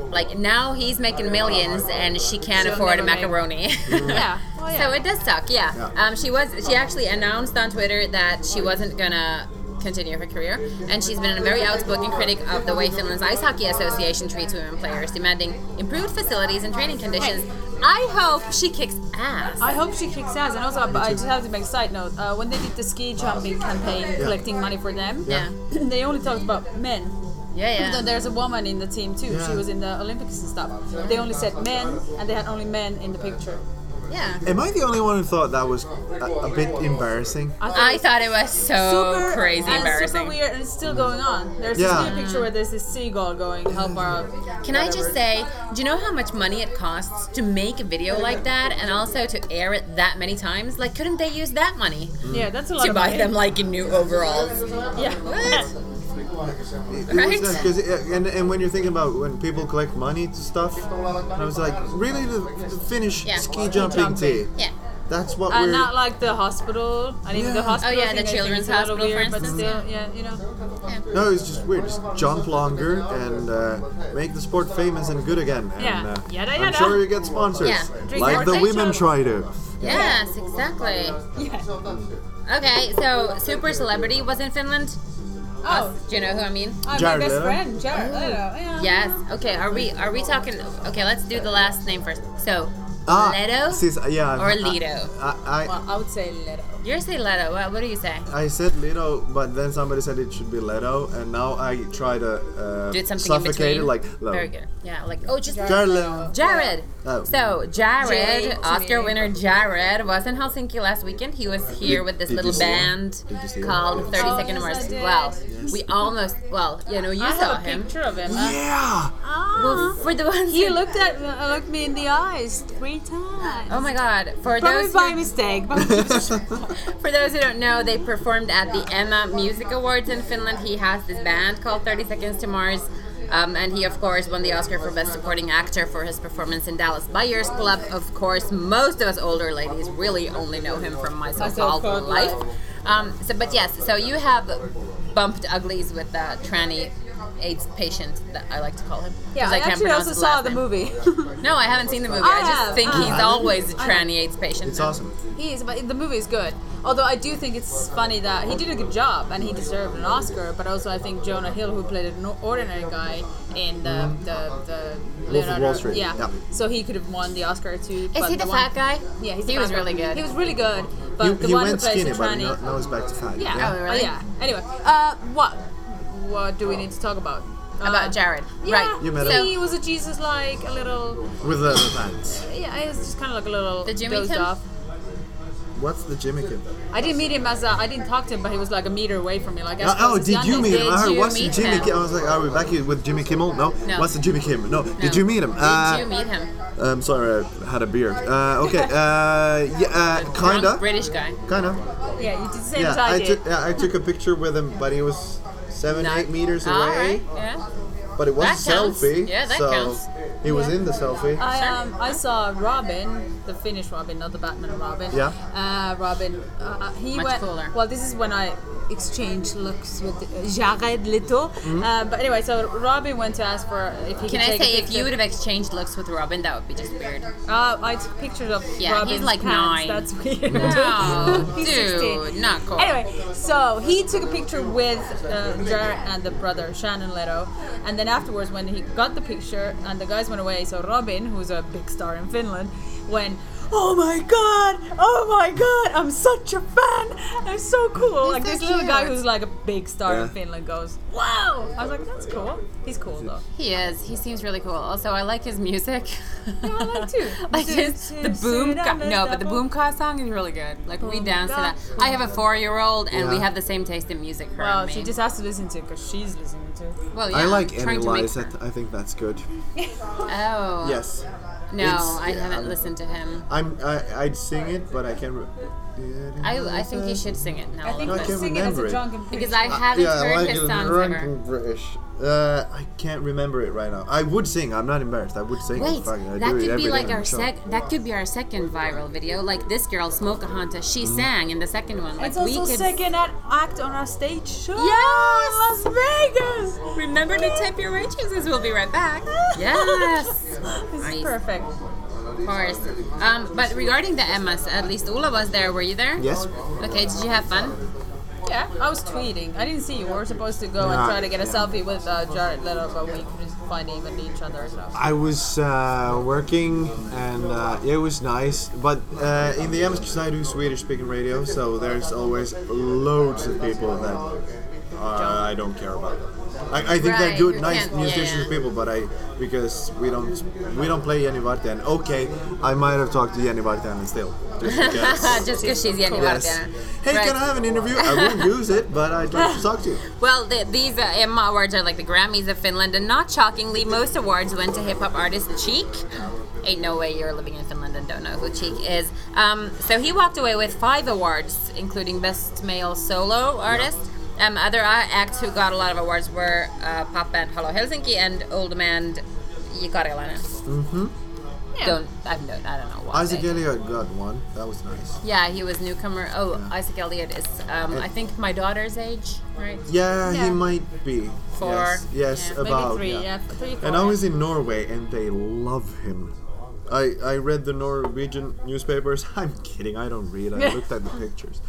[SPEAKER 1] Like now he's making millions, and she can't
[SPEAKER 2] She'll
[SPEAKER 1] afford a
[SPEAKER 2] never make-
[SPEAKER 1] macaroni.
[SPEAKER 2] Yeah. Oh, yeah.
[SPEAKER 1] So it does suck. Yeah.
[SPEAKER 3] Yeah.
[SPEAKER 1] Um, she was. She actually announced on Twitter that she wasn't gonna continue her career, and she's been a very outspoken critic of the way Finland's ice hockey association treats women players, demanding improved facilities and training conditions. I hope she kicks ass.
[SPEAKER 2] I hope she kicks ass. And also, I just have to make a side note. Uh, when they did the ski jumping campaign, collecting money for them,
[SPEAKER 1] Yeah.
[SPEAKER 2] they only talked about men.
[SPEAKER 1] Yeah, yeah.
[SPEAKER 2] Even though there's a woman in the team too, she
[SPEAKER 3] Yeah.
[SPEAKER 2] was in the Olympics and stuff. They only said men, and they had only men in the picture.
[SPEAKER 1] yeah.
[SPEAKER 3] Am I the only one who thought that was a, a bit embarrassing?
[SPEAKER 1] I
[SPEAKER 2] it
[SPEAKER 1] thought it was so
[SPEAKER 2] super
[SPEAKER 1] crazy
[SPEAKER 2] and
[SPEAKER 1] embarrassing.
[SPEAKER 2] Super weird, and it's still going on. There's
[SPEAKER 3] Yeah. Mm-hmm.
[SPEAKER 2] this new picture where there's this seagull going help her out.
[SPEAKER 1] Can I just say, do you know how much money it costs to make a video like that and also to air it that many times? Like, couldn't they use that money
[SPEAKER 2] Yeah, that's a lot
[SPEAKER 1] to
[SPEAKER 2] of
[SPEAKER 1] buy
[SPEAKER 2] money.
[SPEAKER 1] them like new overalls?
[SPEAKER 2] Yeah.
[SPEAKER 1] What?
[SPEAKER 3] It- it
[SPEAKER 1] Right?
[SPEAKER 3] was nice, 'cause it- uh, and, and when you're thinking about when people collect money to stuff, I was like, really, the, the Finnish
[SPEAKER 1] Yeah.
[SPEAKER 3] ski jumping team?
[SPEAKER 1] Yeah. Uh,
[SPEAKER 3] That's what
[SPEAKER 2] And
[SPEAKER 3] we're.
[SPEAKER 2] not like the hospital. And even
[SPEAKER 3] Yeah.
[SPEAKER 2] the
[SPEAKER 3] Oh,
[SPEAKER 2] hospital.
[SPEAKER 1] yeah,
[SPEAKER 2] thing,
[SPEAKER 1] the
[SPEAKER 2] I think
[SPEAKER 1] children's
[SPEAKER 2] is a little
[SPEAKER 1] hospital, for
[SPEAKER 2] weird, but
[SPEAKER 1] instance.
[SPEAKER 2] still, yeah, you know.
[SPEAKER 3] no, it's just weird. Just jump longer and uh, make the sport famous and good again. And,
[SPEAKER 2] Yeah.
[SPEAKER 3] uh,
[SPEAKER 2] Yada,
[SPEAKER 3] I'm
[SPEAKER 2] yada.
[SPEAKER 3] sure you get sponsors,
[SPEAKER 1] Yeah.
[SPEAKER 2] Drink
[SPEAKER 3] like
[SPEAKER 2] more
[SPEAKER 3] the
[SPEAKER 2] Jay
[SPEAKER 3] women
[SPEAKER 2] Chou.
[SPEAKER 3] try to.
[SPEAKER 1] Yes, exactly. Okay, so Super Celebrity was in Finland.
[SPEAKER 2] Oh,
[SPEAKER 1] Do you know who I mean?
[SPEAKER 2] uh, my
[SPEAKER 3] Jared
[SPEAKER 2] best
[SPEAKER 3] Leto? Oh.
[SPEAKER 2] friend, Jared Leto. Yeah.
[SPEAKER 1] Yes. Okay, are we are we talking Okay, let's do the last name first. So, Leto
[SPEAKER 3] sis- Ah, yeah,
[SPEAKER 1] or
[SPEAKER 3] I-
[SPEAKER 1] Lido?
[SPEAKER 3] I, I,
[SPEAKER 2] Well, I would say Leto.
[SPEAKER 1] You say Leto. What, what do you say?
[SPEAKER 3] I said Lido, but then somebody said it should be Leto, and now I try to uh,
[SPEAKER 1] Do something in
[SPEAKER 3] suffocate
[SPEAKER 1] between.
[SPEAKER 3] it like Lo.
[SPEAKER 1] Very good. Yeah, like oh, just
[SPEAKER 3] Jared Leto.
[SPEAKER 1] Jared.
[SPEAKER 3] Oh.
[SPEAKER 1] So Jared,
[SPEAKER 2] Jay to
[SPEAKER 1] Oscar
[SPEAKER 2] me.
[SPEAKER 1] winner Jared, was in Helsinki last weekend. He was here
[SPEAKER 3] Did-
[SPEAKER 1] with this
[SPEAKER 3] did
[SPEAKER 1] little
[SPEAKER 3] you see him?
[SPEAKER 1] band
[SPEAKER 3] Did you see him?
[SPEAKER 1] called
[SPEAKER 3] Yeah.
[SPEAKER 1] Thirty
[SPEAKER 2] Oh,
[SPEAKER 1] Second
[SPEAKER 2] yes, I
[SPEAKER 1] Mars.
[SPEAKER 2] did.
[SPEAKER 1] Well, we almost well, you know, you
[SPEAKER 2] I
[SPEAKER 1] saw
[SPEAKER 2] have a
[SPEAKER 1] him.
[SPEAKER 2] picture of him.
[SPEAKER 1] uh,
[SPEAKER 2] Uh,
[SPEAKER 3] Yeah.
[SPEAKER 1] Well, for the ones
[SPEAKER 2] He
[SPEAKER 1] who-
[SPEAKER 2] looked at uh, looked me in the eyes three times.
[SPEAKER 1] Oh my God! For
[SPEAKER 2] Probably
[SPEAKER 1] those
[SPEAKER 2] by
[SPEAKER 1] who,
[SPEAKER 2] mistake. But
[SPEAKER 1] for those who don't know, they performed at the Emma Music Awards in Finland. He has this band called Thirty Seconds to Mars. Um, and he, of course, won the Oscar for Best Supporting Actor for his performance in Dallas Buyers Club. Of course, most of us older ladies really only know him from My So Called
[SPEAKER 2] So-Called
[SPEAKER 1] Life. Um, so, but yes, so you have bumped uglies with the tranny AIDS patient that I like to call him. 'cause
[SPEAKER 2] yeah, I,
[SPEAKER 1] can't
[SPEAKER 2] actually
[SPEAKER 1] pronounce
[SPEAKER 2] also
[SPEAKER 1] his
[SPEAKER 2] saw
[SPEAKER 1] last
[SPEAKER 2] the
[SPEAKER 1] name.
[SPEAKER 2] movie.
[SPEAKER 1] No, I haven't seen the movie. I,
[SPEAKER 2] I
[SPEAKER 1] just
[SPEAKER 2] have. Uh,
[SPEAKER 1] think
[SPEAKER 2] I
[SPEAKER 1] he's
[SPEAKER 2] have.
[SPEAKER 1] always a
[SPEAKER 2] I have.
[SPEAKER 1] tranny AIDS patient.
[SPEAKER 3] It's awesome.
[SPEAKER 2] he is, but the movie is good. Although I do think it's funny that he did a good job and he deserved an Oscar. But also I think Jonah Hill, who played an ordinary guy in the the, the
[SPEAKER 3] Wolf of Wall Street,
[SPEAKER 2] yeah.
[SPEAKER 3] yeah.
[SPEAKER 2] so he could have won the Oscar too.
[SPEAKER 1] Is
[SPEAKER 2] but
[SPEAKER 1] he the
[SPEAKER 2] one-
[SPEAKER 1] fat guy?
[SPEAKER 2] Yeah, he's the
[SPEAKER 1] he
[SPEAKER 2] fat
[SPEAKER 1] was
[SPEAKER 2] guy.
[SPEAKER 1] really good.
[SPEAKER 2] He was really good, but
[SPEAKER 3] He,
[SPEAKER 2] the
[SPEAKER 3] he
[SPEAKER 2] one
[SPEAKER 3] went
[SPEAKER 2] who plays
[SPEAKER 3] skinny,
[SPEAKER 2] the
[SPEAKER 3] but
[SPEAKER 2] tranny.
[SPEAKER 3] now, now he's back to fat.
[SPEAKER 2] Yeah.
[SPEAKER 1] Oh, really?
[SPEAKER 2] yeah. Anyway, uh, what what do we need to talk about? Uh,
[SPEAKER 1] about Jared,
[SPEAKER 2] Yeah,
[SPEAKER 1] right?
[SPEAKER 3] You met
[SPEAKER 1] so,
[SPEAKER 3] him.
[SPEAKER 2] he was a Jesus like a little.
[SPEAKER 3] With the other pants.
[SPEAKER 2] Yeah, he was just kind of like a little
[SPEAKER 1] Did you meet
[SPEAKER 2] dozed
[SPEAKER 1] him?
[SPEAKER 2] off.
[SPEAKER 3] What's the Jimmy Kim?
[SPEAKER 2] I didn't meet him as a, I didn't talk to him, but he was like a meter away from me. Like, I
[SPEAKER 3] Uh,
[SPEAKER 2] suppose
[SPEAKER 3] oh,
[SPEAKER 2] it's
[SPEAKER 3] did you
[SPEAKER 2] Janne.
[SPEAKER 3] meet him? I
[SPEAKER 1] Did
[SPEAKER 3] heard,
[SPEAKER 1] you
[SPEAKER 3] what's the
[SPEAKER 1] meet
[SPEAKER 3] Jimmy
[SPEAKER 1] him?
[SPEAKER 3] Kim? I was like, are we back here with Jimmy Kimmel? No.
[SPEAKER 1] No.
[SPEAKER 3] What's the Jimmy Kim? No. Did
[SPEAKER 1] No.
[SPEAKER 3] you meet him? Uh,
[SPEAKER 1] did you meet him?
[SPEAKER 3] I'm sorry, I had a beer. Uh, okay. Uh, yeah, uh,
[SPEAKER 1] Drunk
[SPEAKER 3] kinda.
[SPEAKER 1] British guy.
[SPEAKER 3] Kinda.
[SPEAKER 2] Yeah, you did the same
[SPEAKER 3] Yeah,
[SPEAKER 2] as I,
[SPEAKER 3] I
[SPEAKER 2] did.
[SPEAKER 3] took yeah, I took a picture with him, but he was seven,
[SPEAKER 1] No.
[SPEAKER 3] eight meters
[SPEAKER 1] All
[SPEAKER 3] away.
[SPEAKER 1] right. Yeah.
[SPEAKER 3] But it was
[SPEAKER 1] That
[SPEAKER 3] a
[SPEAKER 1] counts.
[SPEAKER 3] selfie.
[SPEAKER 1] Yeah, that
[SPEAKER 3] so
[SPEAKER 1] counts. Oh,
[SPEAKER 3] He was in the selfie.
[SPEAKER 2] I, um, I saw Robin, the Finnish Robin, not the Batman Robin.
[SPEAKER 3] Yeah.
[SPEAKER 2] Uh, Robin. Uh, he
[SPEAKER 1] Much
[SPEAKER 2] went.
[SPEAKER 1] cooler.
[SPEAKER 2] Well, this is when I exchanged looks with uh, Jared Leto.
[SPEAKER 3] Mm-hmm.
[SPEAKER 2] Uh, but anyway, so Robin went to ask for if he could
[SPEAKER 1] Can I
[SPEAKER 2] take a
[SPEAKER 1] say if
[SPEAKER 2] picture.
[SPEAKER 1] you would have exchanged looks with Robin, that would be just weird.
[SPEAKER 2] Uh, I took pictures of
[SPEAKER 1] Yeah, he's
[SPEAKER 2] Robin's
[SPEAKER 1] like
[SPEAKER 2] pants.
[SPEAKER 1] nine.
[SPEAKER 2] That's weird.
[SPEAKER 1] No,
[SPEAKER 2] He's 16.
[SPEAKER 1] dude, not cool.
[SPEAKER 2] Anyway, so he took a picture with uh, Jared and the brother Shannon Leto, and then afterwards, when he got the picture and the guys went away, so Robin, who's a big star in Finland, went, "Oh my god! Oh my god! I'm such a fan! I'm so cool!" like
[SPEAKER 1] so
[SPEAKER 2] this little guy
[SPEAKER 1] cute.
[SPEAKER 2] who's like a big star in
[SPEAKER 3] Yeah.
[SPEAKER 2] Finland goes, "Wow!" I was like, "That's cool. He's cool though."
[SPEAKER 1] He is. He seems really cool. Also, I like his music.
[SPEAKER 2] I like too.
[SPEAKER 1] like his the boom. Ka- no, but the boom ka song is really good. Like we
[SPEAKER 2] Boom
[SPEAKER 1] dance to
[SPEAKER 2] ka.
[SPEAKER 1] that. I have a four-year-old, and we
[SPEAKER 3] Yeah.
[SPEAKER 1] have the same taste in music. Her
[SPEAKER 2] Well,
[SPEAKER 1] and me.
[SPEAKER 2] Oh, she just has to listen to it because she's listening to it.
[SPEAKER 1] Well, yeah,
[SPEAKER 3] I
[SPEAKER 1] I'm
[SPEAKER 3] like
[SPEAKER 1] trying
[SPEAKER 3] Annie
[SPEAKER 1] to make
[SPEAKER 3] Liza.
[SPEAKER 1] her-
[SPEAKER 3] I think that's good.
[SPEAKER 1] Oh.
[SPEAKER 3] Yes.
[SPEAKER 1] No,
[SPEAKER 3] It's-
[SPEAKER 1] I
[SPEAKER 3] yeah,
[SPEAKER 1] haven't
[SPEAKER 3] I'm-
[SPEAKER 1] listened to him.
[SPEAKER 3] I'm I, I'd sing it, but I can't. Re-
[SPEAKER 1] I, I think you should sing it now.
[SPEAKER 2] I think
[SPEAKER 1] Oliver.
[SPEAKER 3] I
[SPEAKER 2] let's
[SPEAKER 3] can't
[SPEAKER 2] sing it as
[SPEAKER 3] remember
[SPEAKER 2] a
[SPEAKER 3] it.
[SPEAKER 2] drunken
[SPEAKER 1] because
[SPEAKER 2] preacher.
[SPEAKER 1] I haven't
[SPEAKER 3] Uh, yeah,
[SPEAKER 1] heard
[SPEAKER 3] like
[SPEAKER 1] his
[SPEAKER 3] a
[SPEAKER 1] songs ever.
[SPEAKER 3] drunken British. Uh, I can't remember it right now. I would sing. I'm not embarrassed. I would sing.
[SPEAKER 1] Wait,
[SPEAKER 3] Oh, Fuck, I
[SPEAKER 1] that
[SPEAKER 3] do it
[SPEAKER 1] could be
[SPEAKER 3] every
[SPEAKER 1] like
[SPEAKER 3] damn
[SPEAKER 1] our
[SPEAKER 3] show.
[SPEAKER 1] sec. That could be our second viral video. Like this girl, Smokahanta, she
[SPEAKER 3] Mm-hmm.
[SPEAKER 1] sang in the second one. Like
[SPEAKER 2] It's
[SPEAKER 1] we
[SPEAKER 2] also
[SPEAKER 1] could.
[SPEAKER 2] second act on our stage show.
[SPEAKER 1] Yes,
[SPEAKER 2] Las Vegas.
[SPEAKER 1] Remember to tip your waitresses. We'll be right back. Yes,
[SPEAKER 2] This
[SPEAKER 1] Nice.
[SPEAKER 2] is perfect.
[SPEAKER 1] of course. Um, but regarding the Emmas, at least Ula was there. Were you there?
[SPEAKER 3] Yes.
[SPEAKER 1] Okay. Did you have fun?
[SPEAKER 2] Yeah, I was tweeting. I didn't see you. We were supposed to go
[SPEAKER 3] Nah,
[SPEAKER 2] and try to get a
[SPEAKER 3] yeah.
[SPEAKER 2] selfie with uh, Jared Leto, but we couldn't find even each other. So.
[SPEAKER 4] I was uh, working and uh, it was nice, but uh,
[SPEAKER 3] Uh, in the Amsterdam, I do Swedish speaking radio, so there's always loads of people that uh, I don't care about. I, I think
[SPEAKER 1] Right,
[SPEAKER 3] they're good,
[SPEAKER 1] you
[SPEAKER 3] nice
[SPEAKER 1] can't- yeah,
[SPEAKER 3] musicians,
[SPEAKER 1] yeah.
[SPEAKER 3] people, but I because we don't we don't play Jenny Vartan. Okay, I might have talked to Jenny Vartan still. Just because.
[SPEAKER 1] Just because she's Jenny
[SPEAKER 3] yes.
[SPEAKER 1] Vardiana.
[SPEAKER 3] Hey,
[SPEAKER 1] Right.
[SPEAKER 3] can I have an interview? I won't use it, but I'd like to talk to you.
[SPEAKER 1] Well, the, these uh, Emma Awards are like the Grammys of Finland, and not shockingly, most awards went to hip hop artist Cheek. Ain't no way you're living in Finland and don't know who Cheek is. Um, so he walked away with five awards, including Best Male Solo Artist. Um, other uh, acts who got a lot of awards were uh, pop band Hello Helsinki and old man Jikarilainen. Mm-hmm. Don't I don't I don't know why.
[SPEAKER 3] Isaac
[SPEAKER 1] they-
[SPEAKER 3] Elliott got one. That was nice.
[SPEAKER 1] Yeah, he was newcomer. Oh, Isaac Elliott is um, I think my daughter's age, right?
[SPEAKER 3] Yeah,
[SPEAKER 2] Yeah.
[SPEAKER 3] he might be.
[SPEAKER 1] Four.
[SPEAKER 3] Yes, yes
[SPEAKER 1] Yeah. Maybe
[SPEAKER 3] about.
[SPEAKER 2] Maybe three, yeah. three, four.
[SPEAKER 3] And I was in Norway, and they love him. I, I read the Norwegian newspapers. I'm kidding. I don't read. I looked at the pictures,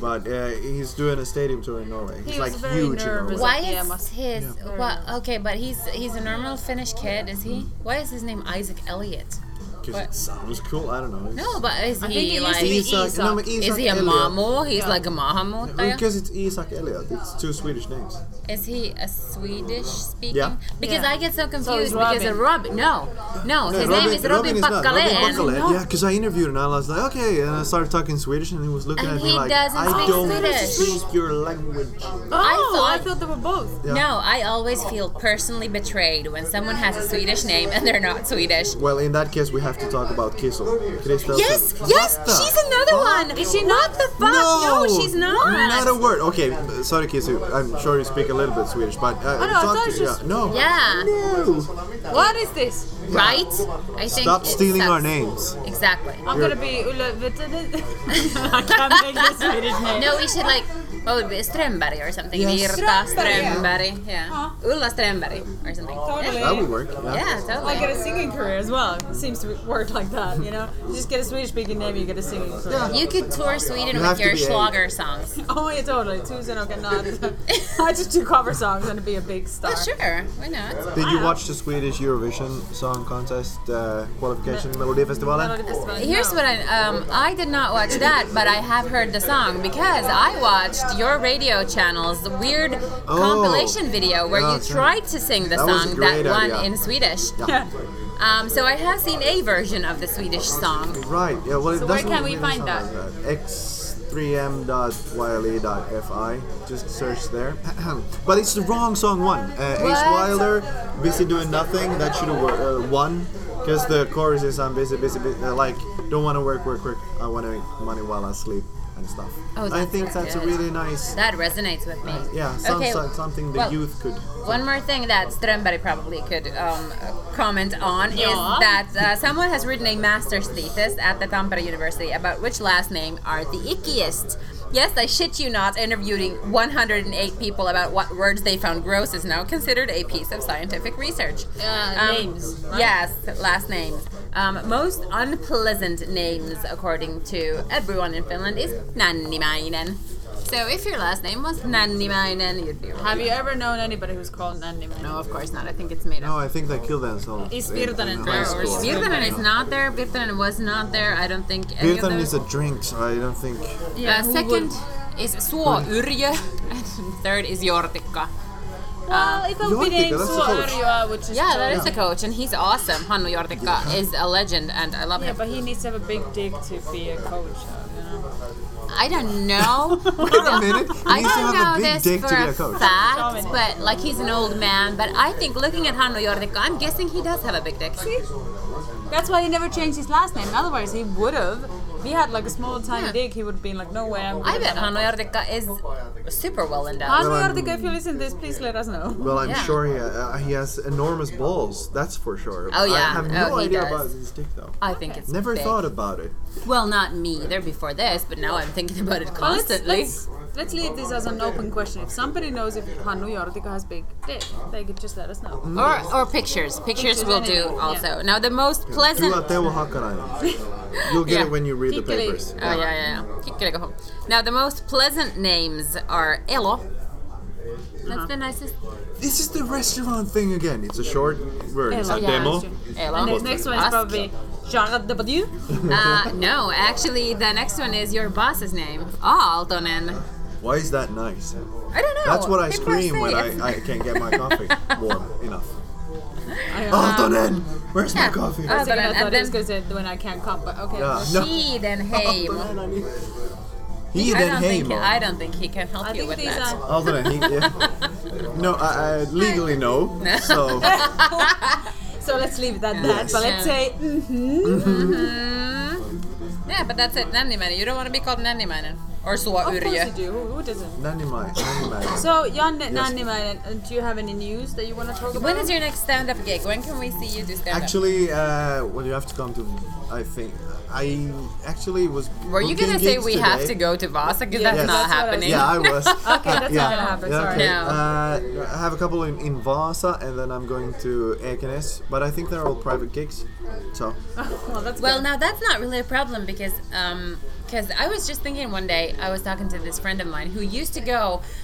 [SPEAKER 3] but uh, he's doing a stadium tour in Norway.
[SPEAKER 2] was
[SPEAKER 3] He's like
[SPEAKER 2] very
[SPEAKER 3] huge in
[SPEAKER 2] nervous.
[SPEAKER 3] Norway.
[SPEAKER 1] Why is
[SPEAKER 2] Yeah, must-
[SPEAKER 1] his well, okay? But he's he's a normal Finnish kid, is he? Why is his name Isaac Elliot?
[SPEAKER 3] Because uh, it sounds cool. I don't know. It's-
[SPEAKER 1] No, but is
[SPEAKER 2] think
[SPEAKER 1] he
[SPEAKER 2] it
[SPEAKER 1] like
[SPEAKER 2] used to be
[SPEAKER 1] is
[SPEAKER 3] Isak. No, but Isak
[SPEAKER 1] he a
[SPEAKER 3] Elliot.
[SPEAKER 1] Mamo? He's like a Mahamo.
[SPEAKER 3] Because it's Isak Elliot. It's two Swedish names.
[SPEAKER 1] Is he a Swedish speaking?
[SPEAKER 3] Yeah.
[SPEAKER 1] Because
[SPEAKER 2] Yeah.
[SPEAKER 1] I get so confused
[SPEAKER 2] is
[SPEAKER 1] because
[SPEAKER 2] Robin.
[SPEAKER 1] of Robin. No, no, his name is Robin,
[SPEAKER 3] not. Robin
[SPEAKER 1] Pakkalen.
[SPEAKER 3] Bakkalen. Yeah, because I interviewed him and I was like, okay, and I started talking Swedish, and he was looking
[SPEAKER 1] And
[SPEAKER 3] at me
[SPEAKER 1] he
[SPEAKER 3] like,
[SPEAKER 1] doesn't
[SPEAKER 3] I
[SPEAKER 1] speak
[SPEAKER 3] don't
[SPEAKER 1] Swedish."
[SPEAKER 3] speak your language.
[SPEAKER 2] Oh, I
[SPEAKER 1] thought-
[SPEAKER 2] thought, they were both.
[SPEAKER 3] Yeah.
[SPEAKER 1] No, I always feel personally betrayed when someone has a Swedish name and they're not Swedish.
[SPEAKER 3] Well, in that case, we have to talk about Kissel. Christelsen.
[SPEAKER 1] Yes, yes,
[SPEAKER 3] What the
[SPEAKER 1] she's another one. Is she not the fuck? No, she's not.
[SPEAKER 3] Not a word. Okay, sorry, Kisu. I'm sure you speak a little bit Swedish, but
[SPEAKER 1] Oh,
[SPEAKER 3] uh,
[SPEAKER 2] no, I
[SPEAKER 3] talk
[SPEAKER 2] thought
[SPEAKER 3] to
[SPEAKER 2] it's
[SPEAKER 3] yeah,
[SPEAKER 2] just-
[SPEAKER 3] no.
[SPEAKER 1] Yeah.
[SPEAKER 3] No.
[SPEAKER 2] What is this?
[SPEAKER 1] Right? I think
[SPEAKER 3] Stop
[SPEAKER 1] it
[SPEAKER 3] stealing
[SPEAKER 1] sucks.
[SPEAKER 3] our names.
[SPEAKER 1] Exactly.
[SPEAKER 2] I'm gonna be Ulla Vittunen. I can't make this Swedish name.
[SPEAKER 1] No, we should like what would it be Strömberg or something.
[SPEAKER 3] Yes.
[SPEAKER 1] Virta
[SPEAKER 2] Strömberg, yeah.
[SPEAKER 1] Strömberg, yeah. Ulla Strömberg or something.
[SPEAKER 2] Totally.
[SPEAKER 3] That would work. Yeah.
[SPEAKER 1] Yeah,
[SPEAKER 2] I get a
[SPEAKER 1] totally.
[SPEAKER 2] singing career as well. It seems to work like that, you know? You just get a Swedish speaking name, you get a singing career.
[SPEAKER 1] You could tour Sweden
[SPEAKER 3] You
[SPEAKER 1] with
[SPEAKER 3] have to
[SPEAKER 1] your
[SPEAKER 3] be a-
[SPEAKER 1] Schlager songs.
[SPEAKER 2] Oh, yeah, totally. Tusen och Anand. I just do cover songs and be a big star.
[SPEAKER 1] Oh, sure. Why not?
[SPEAKER 3] Did you watch the Swedish Eurovision Song Contest uh, qualification Melodifestivalen?
[SPEAKER 1] Here's what I um, I did not watch that, but I have heard the song because I watched your radio channel's weird
[SPEAKER 3] Oh.
[SPEAKER 1] compilation video where you
[SPEAKER 3] Okay.
[SPEAKER 1] tried to sing the
[SPEAKER 3] That was a
[SPEAKER 1] song that
[SPEAKER 3] great
[SPEAKER 1] one
[SPEAKER 3] idea.
[SPEAKER 1] in Swedish.
[SPEAKER 2] Yeah.
[SPEAKER 1] Um, so I have seen a version of the Swedish song.
[SPEAKER 3] Right. Yeah. Well, it
[SPEAKER 2] So where
[SPEAKER 3] doesn't
[SPEAKER 2] can we
[SPEAKER 3] really
[SPEAKER 2] find
[SPEAKER 3] sound
[SPEAKER 2] that?
[SPEAKER 3] like E X3m.yle.fi. Just search there. but it's the wrong song one. Uh, Ace
[SPEAKER 1] What?
[SPEAKER 3] Wilder, Busy Doing Nothing, that should have uh, won. Because the chorus is I'm busy, busy, busy. Uh, like, don't want to work, work, work. I want to make money while I sleep and stuff.
[SPEAKER 1] Oh,
[SPEAKER 3] I
[SPEAKER 1] that's
[SPEAKER 3] think
[SPEAKER 1] very
[SPEAKER 3] that's a
[SPEAKER 1] good.
[SPEAKER 3] really nice.
[SPEAKER 1] That resonates with me.
[SPEAKER 3] Yeah, sounds
[SPEAKER 1] Okay,
[SPEAKER 3] like something the
[SPEAKER 1] well,
[SPEAKER 3] youth could.
[SPEAKER 1] One more thing that Strömberg probably could um, comment on is
[SPEAKER 2] Yeah.
[SPEAKER 1] that uh, someone has written a master's thesis at the Tampere University about which last name are the ickiest. Yes, I shit you not, interviewing 108 people about what words they found gross is now considered a piece of scientific research. Um,
[SPEAKER 2] Uh, names, right?
[SPEAKER 1] Yes, last names. Um, most unpleasant names, according to everyone in Finland, is Nannimainen. So if your last name was Nannimainen, you'd be right.
[SPEAKER 2] Have you ever known anybody who's called Nanny?
[SPEAKER 1] No, of course not. I think it's made
[SPEAKER 3] No,
[SPEAKER 1] up.
[SPEAKER 3] I think they killed themselves.
[SPEAKER 2] Is
[SPEAKER 3] in-
[SPEAKER 2] Virtanen
[SPEAKER 3] in
[SPEAKER 2] there
[SPEAKER 3] high
[SPEAKER 2] or
[SPEAKER 3] school.
[SPEAKER 2] is-
[SPEAKER 1] Virtanen is not there. Virtanen was not there. I don't think any of
[SPEAKER 3] Virtanen
[SPEAKER 1] those-
[SPEAKER 3] is a drink, so I don't think.
[SPEAKER 1] Uh, second is Suo Yrjö, and third is Jortikka.
[SPEAKER 2] uh, Well, if I'm
[SPEAKER 3] Jortikka,
[SPEAKER 2] beating
[SPEAKER 3] that's the
[SPEAKER 2] Suo
[SPEAKER 3] coach.
[SPEAKER 2] Arjoa, which is
[SPEAKER 1] Yeah, that is the coach, and he's awesome. Hannu Jortikka is a legend, and I love
[SPEAKER 2] Yeah,
[SPEAKER 1] him.
[SPEAKER 2] but he needs to have a big dick to be a coach. uh, You know?
[SPEAKER 1] I don't know.
[SPEAKER 3] Wait a minute. He
[SPEAKER 1] I
[SPEAKER 3] needs to
[SPEAKER 1] don't
[SPEAKER 3] have
[SPEAKER 1] know
[SPEAKER 3] a big
[SPEAKER 1] this
[SPEAKER 3] dick
[SPEAKER 1] for
[SPEAKER 3] to be
[SPEAKER 1] a
[SPEAKER 3] a coach.
[SPEAKER 1] fact,
[SPEAKER 2] Dominic.
[SPEAKER 1] but like he's an old man. But I think looking at Hannu Jortikka, I'm guessing he does have a big dick.
[SPEAKER 2] That's why he never changed his last name. Otherwise, he would have. we had like a small tiny
[SPEAKER 1] Yeah.
[SPEAKER 2] dig, he would have been like, no way. I'm
[SPEAKER 1] I bet Hanno Jortikka is super well endowed.
[SPEAKER 2] Hannu
[SPEAKER 3] Well, I'm-
[SPEAKER 2] Jortikka, if you listen to this, please let us know.
[SPEAKER 3] Well, I'm
[SPEAKER 1] Yeah.
[SPEAKER 3] sure he, uh, he has enormous balls. That's for sure.
[SPEAKER 1] Oh, yeah.
[SPEAKER 3] I have
[SPEAKER 1] Oh,
[SPEAKER 3] no
[SPEAKER 1] he
[SPEAKER 3] idea
[SPEAKER 1] does.
[SPEAKER 3] about his dick though.
[SPEAKER 1] I think it's
[SPEAKER 3] Never
[SPEAKER 1] big.
[SPEAKER 3] thought about it.
[SPEAKER 1] Well, not me either before this, but now I'm thinking about it
[SPEAKER 2] Well, let's,
[SPEAKER 1] constantly.
[SPEAKER 2] let's, let's leave this as an open question. If somebody knows if Hannu Jortikka has big dick, they could just let us know.
[SPEAKER 1] Or, or pictures. Pictures
[SPEAKER 2] Pictures,
[SPEAKER 1] will do
[SPEAKER 2] anything, yeah.
[SPEAKER 1] also. Now the most
[SPEAKER 3] Do
[SPEAKER 1] pleasant.
[SPEAKER 3] a Teo Hakkarainen. You'll get
[SPEAKER 1] Yeah.
[SPEAKER 3] it when you read the
[SPEAKER 2] Kikkeli.
[SPEAKER 3] papers.
[SPEAKER 1] Oh yeah, yeah, yeah. Keep gonna go home. Now the most pleasant names are Elo. That's the nicest.
[SPEAKER 3] This is the restaurant thing again. It's
[SPEAKER 5] It's a short word. It's
[SPEAKER 2] Elo.
[SPEAKER 5] a
[SPEAKER 2] Yeah,
[SPEAKER 5] demo.
[SPEAKER 2] that's true.
[SPEAKER 1] Elo.
[SPEAKER 2] And the next one is
[SPEAKER 1] Ask.
[SPEAKER 2] probably Jared Depardieu.
[SPEAKER 1] Uh, no, actually, the next one is your boss's name, Aaltonen.
[SPEAKER 3] Why is that nice?
[SPEAKER 1] I don't know.
[SPEAKER 3] That's what I
[SPEAKER 1] People
[SPEAKER 3] scream when
[SPEAKER 1] say
[SPEAKER 3] I,
[SPEAKER 1] it.
[SPEAKER 3] I can't get my coffee warm enough.
[SPEAKER 2] I don't know.
[SPEAKER 3] Aaltonen! Where's my
[SPEAKER 1] Uh-huh. yeah.
[SPEAKER 3] coffee?
[SPEAKER 1] Uh,
[SPEAKER 2] I was gonna-
[SPEAKER 1] Aaltonen,
[SPEAKER 2] I
[SPEAKER 1] Oh. and
[SPEAKER 2] thought I was
[SPEAKER 1] then-
[SPEAKER 2] going to say when I can't come, but okay.
[SPEAKER 3] Yeah.
[SPEAKER 2] so-
[SPEAKER 3] No.
[SPEAKER 1] He then Heimo.
[SPEAKER 3] Aaltonen, I need- He
[SPEAKER 1] I
[SPEAKER 3] then
[SPEAKER 1] don't think
[SPEAKER 3] Heimo.
[SPEAKER 1] I don't think he can help
[SPEAKER 2] I
[SPEAKER 1] you
[SPEAKER 2] think
[SPEAKER 1] with
[SPEAKER 2] these
[SPEAKER 1] that.
[SPEAKER 2] are.
[SPEAKER 3] Aaltonen, he, yeah. No, I, I legally no. So
[SPEAKER 2] So let's leave it at that. But let's
[SPEAKER 1] Yeah.
[SPEAKER 2] say mm-hmm,
[SPEAKER 1] Mm. Yeah, but that's it. Nannymannen. You don't want to be called Nannymannen or Sua
[SPEAKER 2] Of course you
[SPEAKER 1] Yrjö.
[SPEAKER 2] do. Who, who doesn't?
[SPEAKER 3] Nannimai, Nannimai.
[SPEAKER 2] So, Janne Nannimäinen, uh, do you have any news that you want to talk about?
[SPEAKER 1] When is your next stand-up gig? When can we see you do stand-up?
[SPEAKER 3] Actually, uh, well, you have to come to. I think I actually was.
[SPEAKER 1] Were you
[SPEAKER 3] booking
[SPEAKER 1] gonna say
[SPEAKER 3] gigs
[SPEAKER 1] we
[SPEAKER 3] today.
[SPEAKER 1] have to go to Vasa? Because
[SPEAKER 2] Yeah,
[SPEAKER 1] that's
[SPEAKER 2] that's
[SPEAKER 1] not
[SPEAKER 2] what I was
[SPEAKER 1] happening.
[SPEAKER 3] Yeah, I was.
[SPEAKER 2] Okay, that's
[SPEAKER 3] yeah.
[SPEAKER 2] not gonna happen,
[SPEAKER 3] Yeah,
[SPEAKER 2] sorry.
[SPEAKER 3] okay.
[SPEAKER 1] No.
[SPEAKER 3] Uh, I have a couple in, in Vasa, and then I'm going to Ekenes, but I think they're all private gigs. So
[SPEAKER 2] well, that's
[SPEAKER 1] Well,
[SPEAKER 2] good.
[SPEAKER 1] now that's not really a problem because um 'cause I was just thinking one day I was talking to this friend of mine who used to go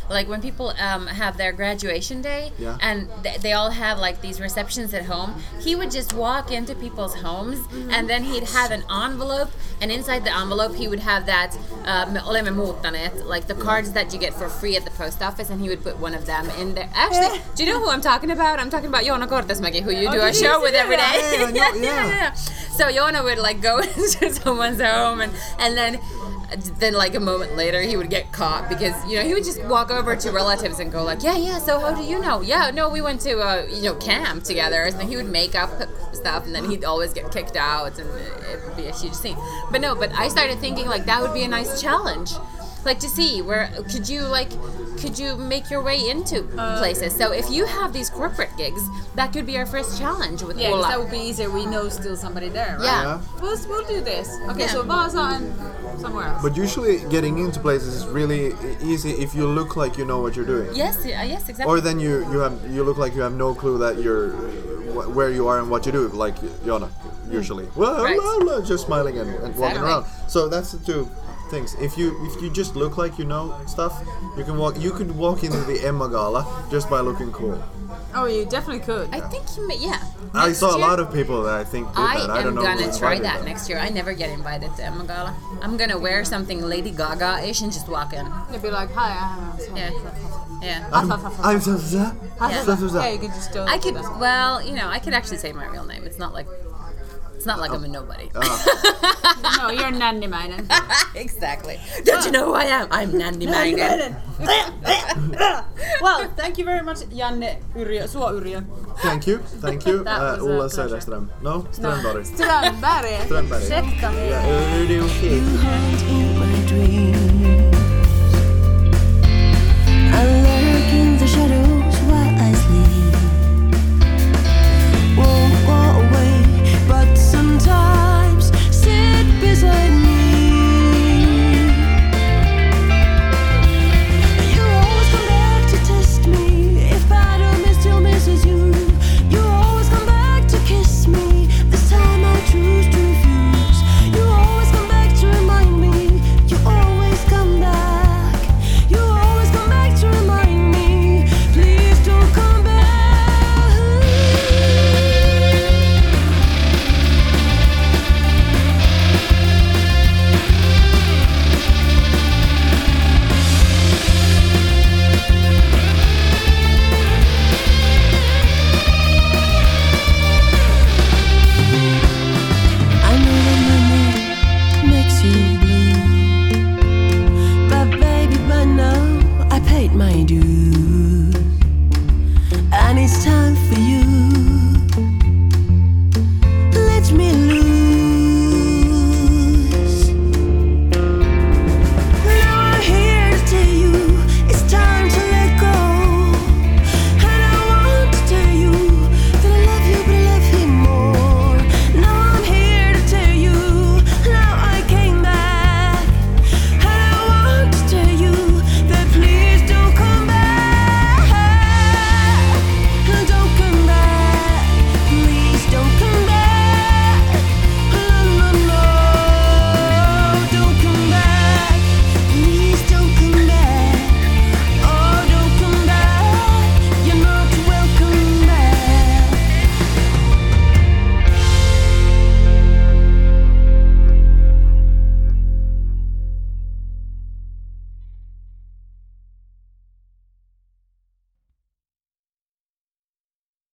[SPEAKER 1] like when people um, have their graduation day
[SPEAKER 3] Yeah.
[SPEAKER 1] and th- they all have like these receptions at home. He would just walk into people's homes
[SPEAKER 3] Mm-hmm.
[SPEAKER 1] and then he'd have an envelope and inside the envelope he would have that uh, me olemme muuttaneet, like the cards that you get for free at the post office and he would put one of them in there.
[SPEAKER 3] Eh.
[SPEAKER 1] Actually, do you know who I'm talking about? I'm talking about Joona Kortesmäki who you do
[SPEAKER 2] did
[SPEAKER 1] a
[SPEAKER 2] you
[SPEAKER 1] show
[SPEAKER 2] see
[SPEAKER 1] with
[SPEAKER 2] that?
[SPEAKER 1] every day.
[SPEAKER 3] Oh, Yeah, I know, yeah.
[SPEAKER 1] So Yona would like go into someone's home and and then then like a moment later he would get caught because you know he would just walk over to relatives and go like yeah yeah so how do you know yeah no we went to uh, you know camp together and then he would make up stuff and then he'd always get kicked out and it would be a huge scene but no but I started thinking like that would be a nice challenge like to see where could you like could you make your way into places so if you have these corporate gigs that could be our first challenge with
[SPEAKER 2] yeah, 'cause
[SPEAKER 1] Ola.
[SPEAKER 2] that would be easier. We know still somebody there, right?
[SPEAKER 1] Yeah.
[SPEAKER 3] yeah.
[SPEAKER 2] We'll, we'll do this. Okay,
[SPEAKER 1] Yeah.
[SPEAKER 2] so Vasa and somewhere else.
[SPEAKER 3] But usually getting into places is really e- easy if you look like you know what you're doing.
[SPEAKER 1] Yes, yeah, uh, yes, exactly.
[SPEAKER 3] Or then you you have you look like you have no clue that you're wh- where you are and what you do, like Yona usually. Well,
[SPEAKER 1] Hmm. Right.
[SPEAKER 3] la, la, just smiling and, and walking
[SPEAKER 1] Exactly.
[SPEAKER 3] around. So that's the two things. If you if you just look like you know stuff, you can walk. You could walk into the Emma Gala just by looking cool.
[SPEAKER 2] oh, you definitely could.
[SPEAKER 1] I think you may, yeah.
[SPEAKER 3] I
[SPEAKER 1] Next
[SPEAKER 3] saw a
[SPEAKER 1] year,
[SPEAKER 3] lot of people that I think did
[SPEAKER 1] I am
[SPEAKER 3] that. I don't know. who
[SPEAKER 1] gonna try
[SPEAKER 3] invited
[SPEAKER 1] that
[SPEAKER 3] them.
[SPEAKER 1] next year. I never get invited to Emma Gala. I'm gonna wear something Lady Gaga-ish and just walk in.
[SPEAKER 2] You'd be like, hi, I'm sorry.
[SPEAKER 1] Yeah, yeah.
[SPEAKER 3] I'm, I'm so sad. So, so sad.
[SPEAKER 2] Yeah, you could just do
[SPEAKER 1] I could,
[SPEAKER 2] that.
[SPEAKER 1] well, you know, I could actually say my real name. It's not like, it's not like I'm a nobody.
[SPEAKER 3] Oh. Ah,
[SPEAKER 2] No, you're Nannimäinen.
[SPEAKER 1] exactly. Don't you know who I am? I'm Nandy Mangan.
[SPEAKER 2] well, thank you very much, Janne Yrjö, Suo Yrjö.
[SPEAKER 3] Thank you, thank you.
[SPEAKER 2] That was a
[SPEAKER 3] Uh, Ulla
[SPEAKER 2] pleasure.
[SPEAKER 3] Söderström. No, Strömberg.
[SPEAKER 2] Strömberg.
[SPEAKER 3] Strömberg.
[SPEAKER 2] Ursäkta mig.
[SPEAKER 3] Yeah, uh, okay.
[SPEAKER 6] heart in my dream.